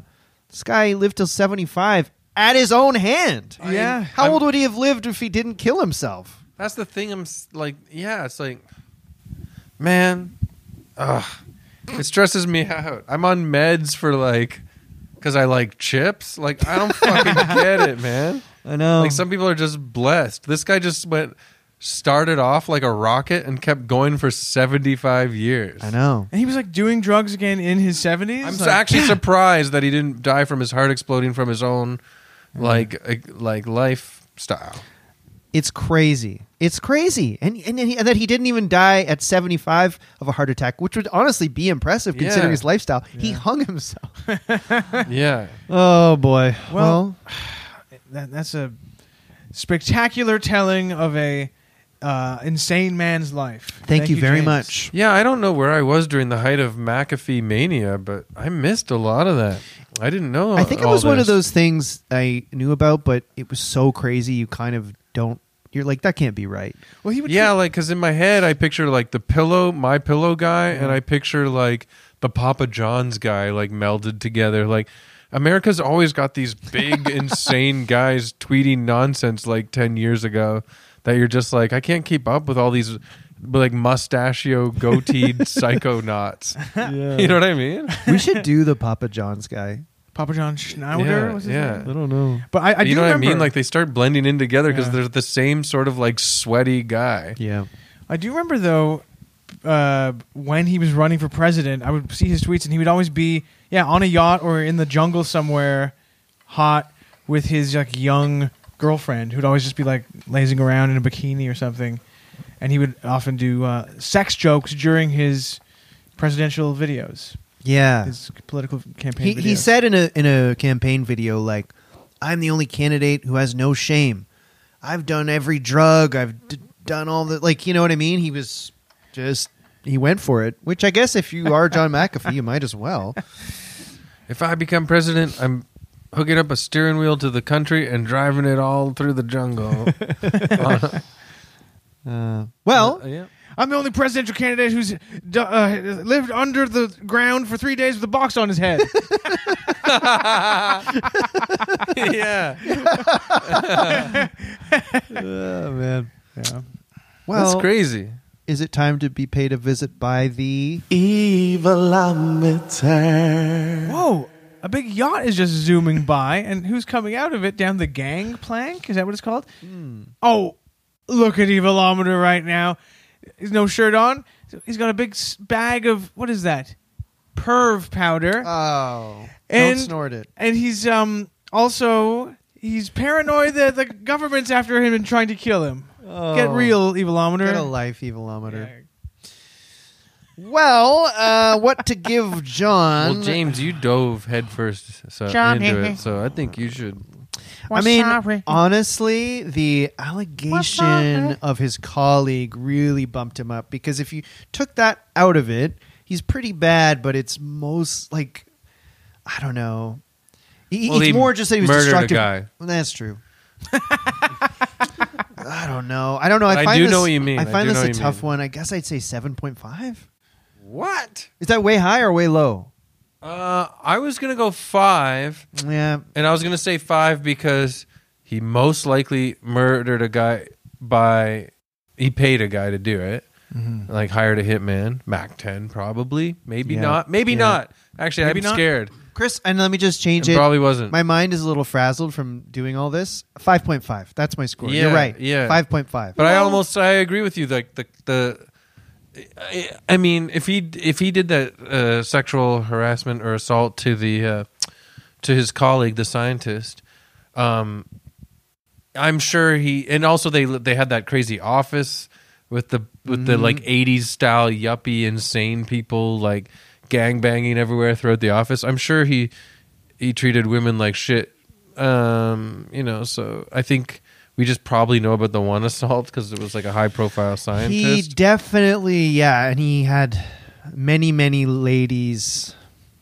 This guy lived till 75 at his own hand.
Yeah.
How
I'm-
old would he have lived if he didn't kill himself?
That's the thing. I'm s- like, yeah, it's like, man, ugh, it stresses me out. I'm on meds for like, because I like chips. Like, I don't fucking get it, man.
I know.
Like, some people are just blessed. This guy just went, started off like a rocket and kept going for 75 years.
I know.
And he was like doing drugs again in his 70s?
I'm
like,
su- actually surprised that he didn't die from his heart exploding from his own, like, like, like lifestyle.
It's crazy. It's crazy. And and, then he, and that he didn't even die at 75 of a heart attack, which would honestly be impressive considering
Yeah.
his lifestyle. He hung himself.
Yeah.
Oh boy. Well,
Well- that, that's a spectacular telling of a uh, insane man's life.
thank, you, very
James.
much.
Yeah, I don't know where I was during the height of McAfee mania, but I missed a lot of that. I didn't know.
I think it
all
was one of
this.
those things I knew about, but it was so crazy you kind of don't you're like that can't be right.
Well, he would
Yeah, like because in my head I picture like the pillow, my pillow guy, and I picture like the Papa John's guy, like melded together. Like America's always got
(laughs)
these big, insane guys tweeting nonsense like ten years ago that you're just like, I can't keep up with all these like
(laughs)
mustachio goateed psychonauts. You know what I mean?
we should do the Papa John's guy.
Papa John Schneider
Yeah,
was his
yeah.
name.
I
don't know.
But I, I
you
do
know
remember,
what I mean? Like they start blending in together because
Yeah.
they're the same sort of like sweaty guy.
Yeah.
I do remember though uh, when he was running for president, I would see his tweets, and he would always be yeah on a yacht or in the jungle somewhere, hot with his like young girlfriend, who'd always just be like lazing around in a bikini or something, and he would often do uh, sex jokes during his presidential videos,
Yeah.
his political campaign.
He, he
videos.
said in a in a campaign video like, "I'm the only candidate who has no shame. I've done every drug. I've d- done all the like. You know what I mean? He was just he went for it. Which I guess if you are John McAfee, you might as well.
If I become president, I'm hooking up a steering wheel to the country and driving it all through the jungle.
Uh, well,
Uh, yeah.
I'm the only presidential candidate who's d- uh, lived under the ground for three days with a box on his head.
yeah.
oh man.
yeah.
Well,
That's crazy.
is it time to be paid a visit by the?
Whoa, a big yacht is just zooming by, and who's coming out of it down the gang plank? Is that what it's called?
Hmm.
Oh, look at Evilometer right now. He's no shirt on. He's got a big s- bag of what is that? Perv powder.
Oh,
And-
don't snort it.
and he's um also he's paranoid that the government's after him and trying to kill him. Get
Oh.
real, Evilometer.
Get a life evilometer.
Yeah.
Well, uh, what to give John?
Well, James, you dove headfirst so
John,
into
hey, hey.
it, so I think you should.
I
Well,
mean,
sorry.
honestly, the allegation of his colleague really bumped him up because if you took that out of it, he's pretty bad, but it's most like I don't know. He,
Well,
it's
he
more just that he was
murdered a
destructive.
guy.
Well, That's true. (laughs) I don't know. I don't know. I,
I
find
do
this,
know what you mean.
I
I
find
do know
this a
what you
tough
mean.
one. I guess I'd say seven point five.
What?
Is that way high or way low?
Uh, I was gonna go five,
Yeah,
and I was gonna say five because he most likely murdered a guy by he paid a guy to do it, like hired a hitman, Mac ten probably, maybe
Yeah.
not, maybe
Yeah.
not. Actually,
Maybe
I'm
not.
scared.
Chris. And let me just change
It
it.
probably wasn't.
(laughs) My mind is a little frazzled from doing all this. Five point five. That's my score. You're
Yeah,
right.
yeah.
Five point five.
But I almost I agree with you. Like the the, I, I mean, if he if he did that uh, sexual harassment or assault to the uh, to his colleague, the scientist, um, I'm sure he. And also they they had that crazy office with the with the
Mm-hmm.
like '80s style yuppie insane people like gang banging everywhere throughout the office. I'm sure he he treated women like shit. Um, you know, so I think we just probably know about the one assault because it was like a high profile
he
scientist.
definitely yeah, and he had many many ladies,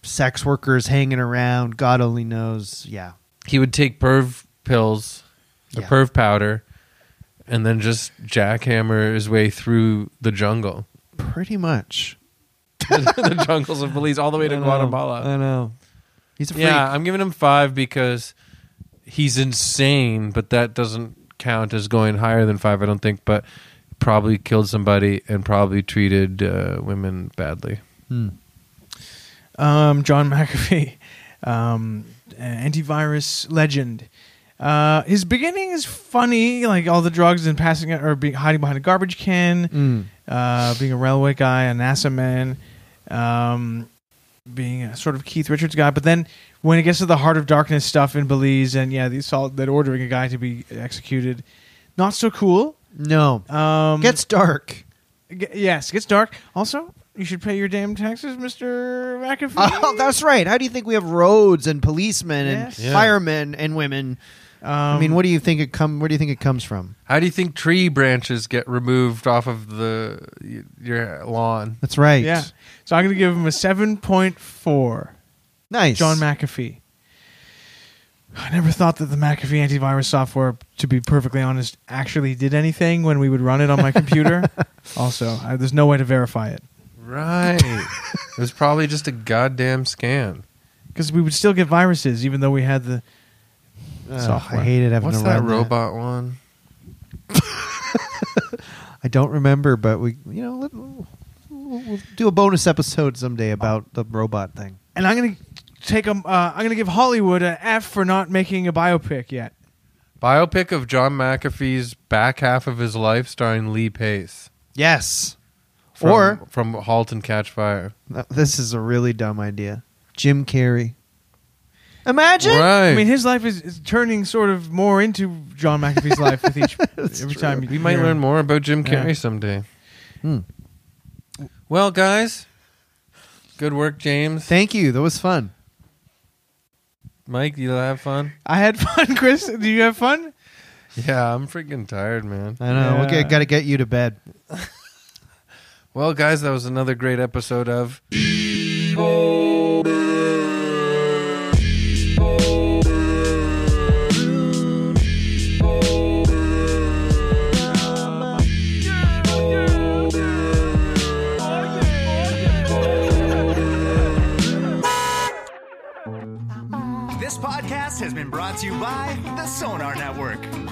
sex workers hanging around. God only knows. Yeah.
He, would take perv pills, or
Yeah.
perv powder, and then just jackhammer his way through the jungle,
Pretty much.
(laughs) the jungles of Belize, all the way to
I know,
Guatemala.
I know. He's a freak.
Yeah, I'm giving him five because he's insane, but that doesn't count as going higher than five, I don't think. But probably killed somebody and probably treated uh, women badly.
Hmm.
um, John (laughs) McAfee, um, uh, antivirus legend. Uh, his beginning is funny, like all the drugs and passing out or being hiding behind a garbage can,
Mm.
uh, being a railway guy, a NASA man, um, being a sort of Keith Richards guy. But then when it gets to the Heart of Darkness stuff in Belize, and yeah, the assault that ordering a guy to be executed, not so cool.
No.
Um,
(laughs)
Gets dark.
g- yes, gets dark. Also, you should pay your damn taxes, Mister McAfee.
(laughs) Oh, that's right. How do you think we have roads and policemen and
Yes. Yeah.
firemen and women?
Um,
I mean, what do you think it come? Where do you think it comes from?
How do you think tree branches get removed off of the y- your lawn?
That's right.
Yeah. So I'm going to give him a 7.4.
Nice.
John McAfee. I never thought that the McAfee antivirus software, to be perfectly honest, actually did anything when we would run it on my
(laughs)
computer. also, I, there's no way to verify it
Right. (laughs) it was probably just a goddamn scam.
because we would still get viruses even though we had the.
Ugh,
software.
I hated having
What's
to
that
run
robot one?
I don't remember, but we, you know, let, we'll, we'll do a bonus episode someday about the robot thing.
And I'm going to take him. Uh, I'm going to give Hollywood an F for not making a biopic yet.
Biopic of John McAfee's back half of his life starring Lee Pace.
Yes.
from,
Or-
from Halt and Catch Fire.
Uh, This is a really dumb idea. Jim Carrey. Imagine.
Right.
I mean, his life is, is turning sort of more into John McAfee's life with
(laughs)
each every time. You
we might
hear
learn
him.
more about Jim Carrey
Yeah.
someday.
Hmm.
Well, guys, good work, James.
Thank you. That was fun.
Mike, you have fun?
I had fun, Chris. Do you have fun?
Yeah, I'm freaking tired, man.
I know.
Yeah.
We got to get you to bed.
Well, guys, that was another great episode of.
This podcast has been brought to you by the Sonar Network.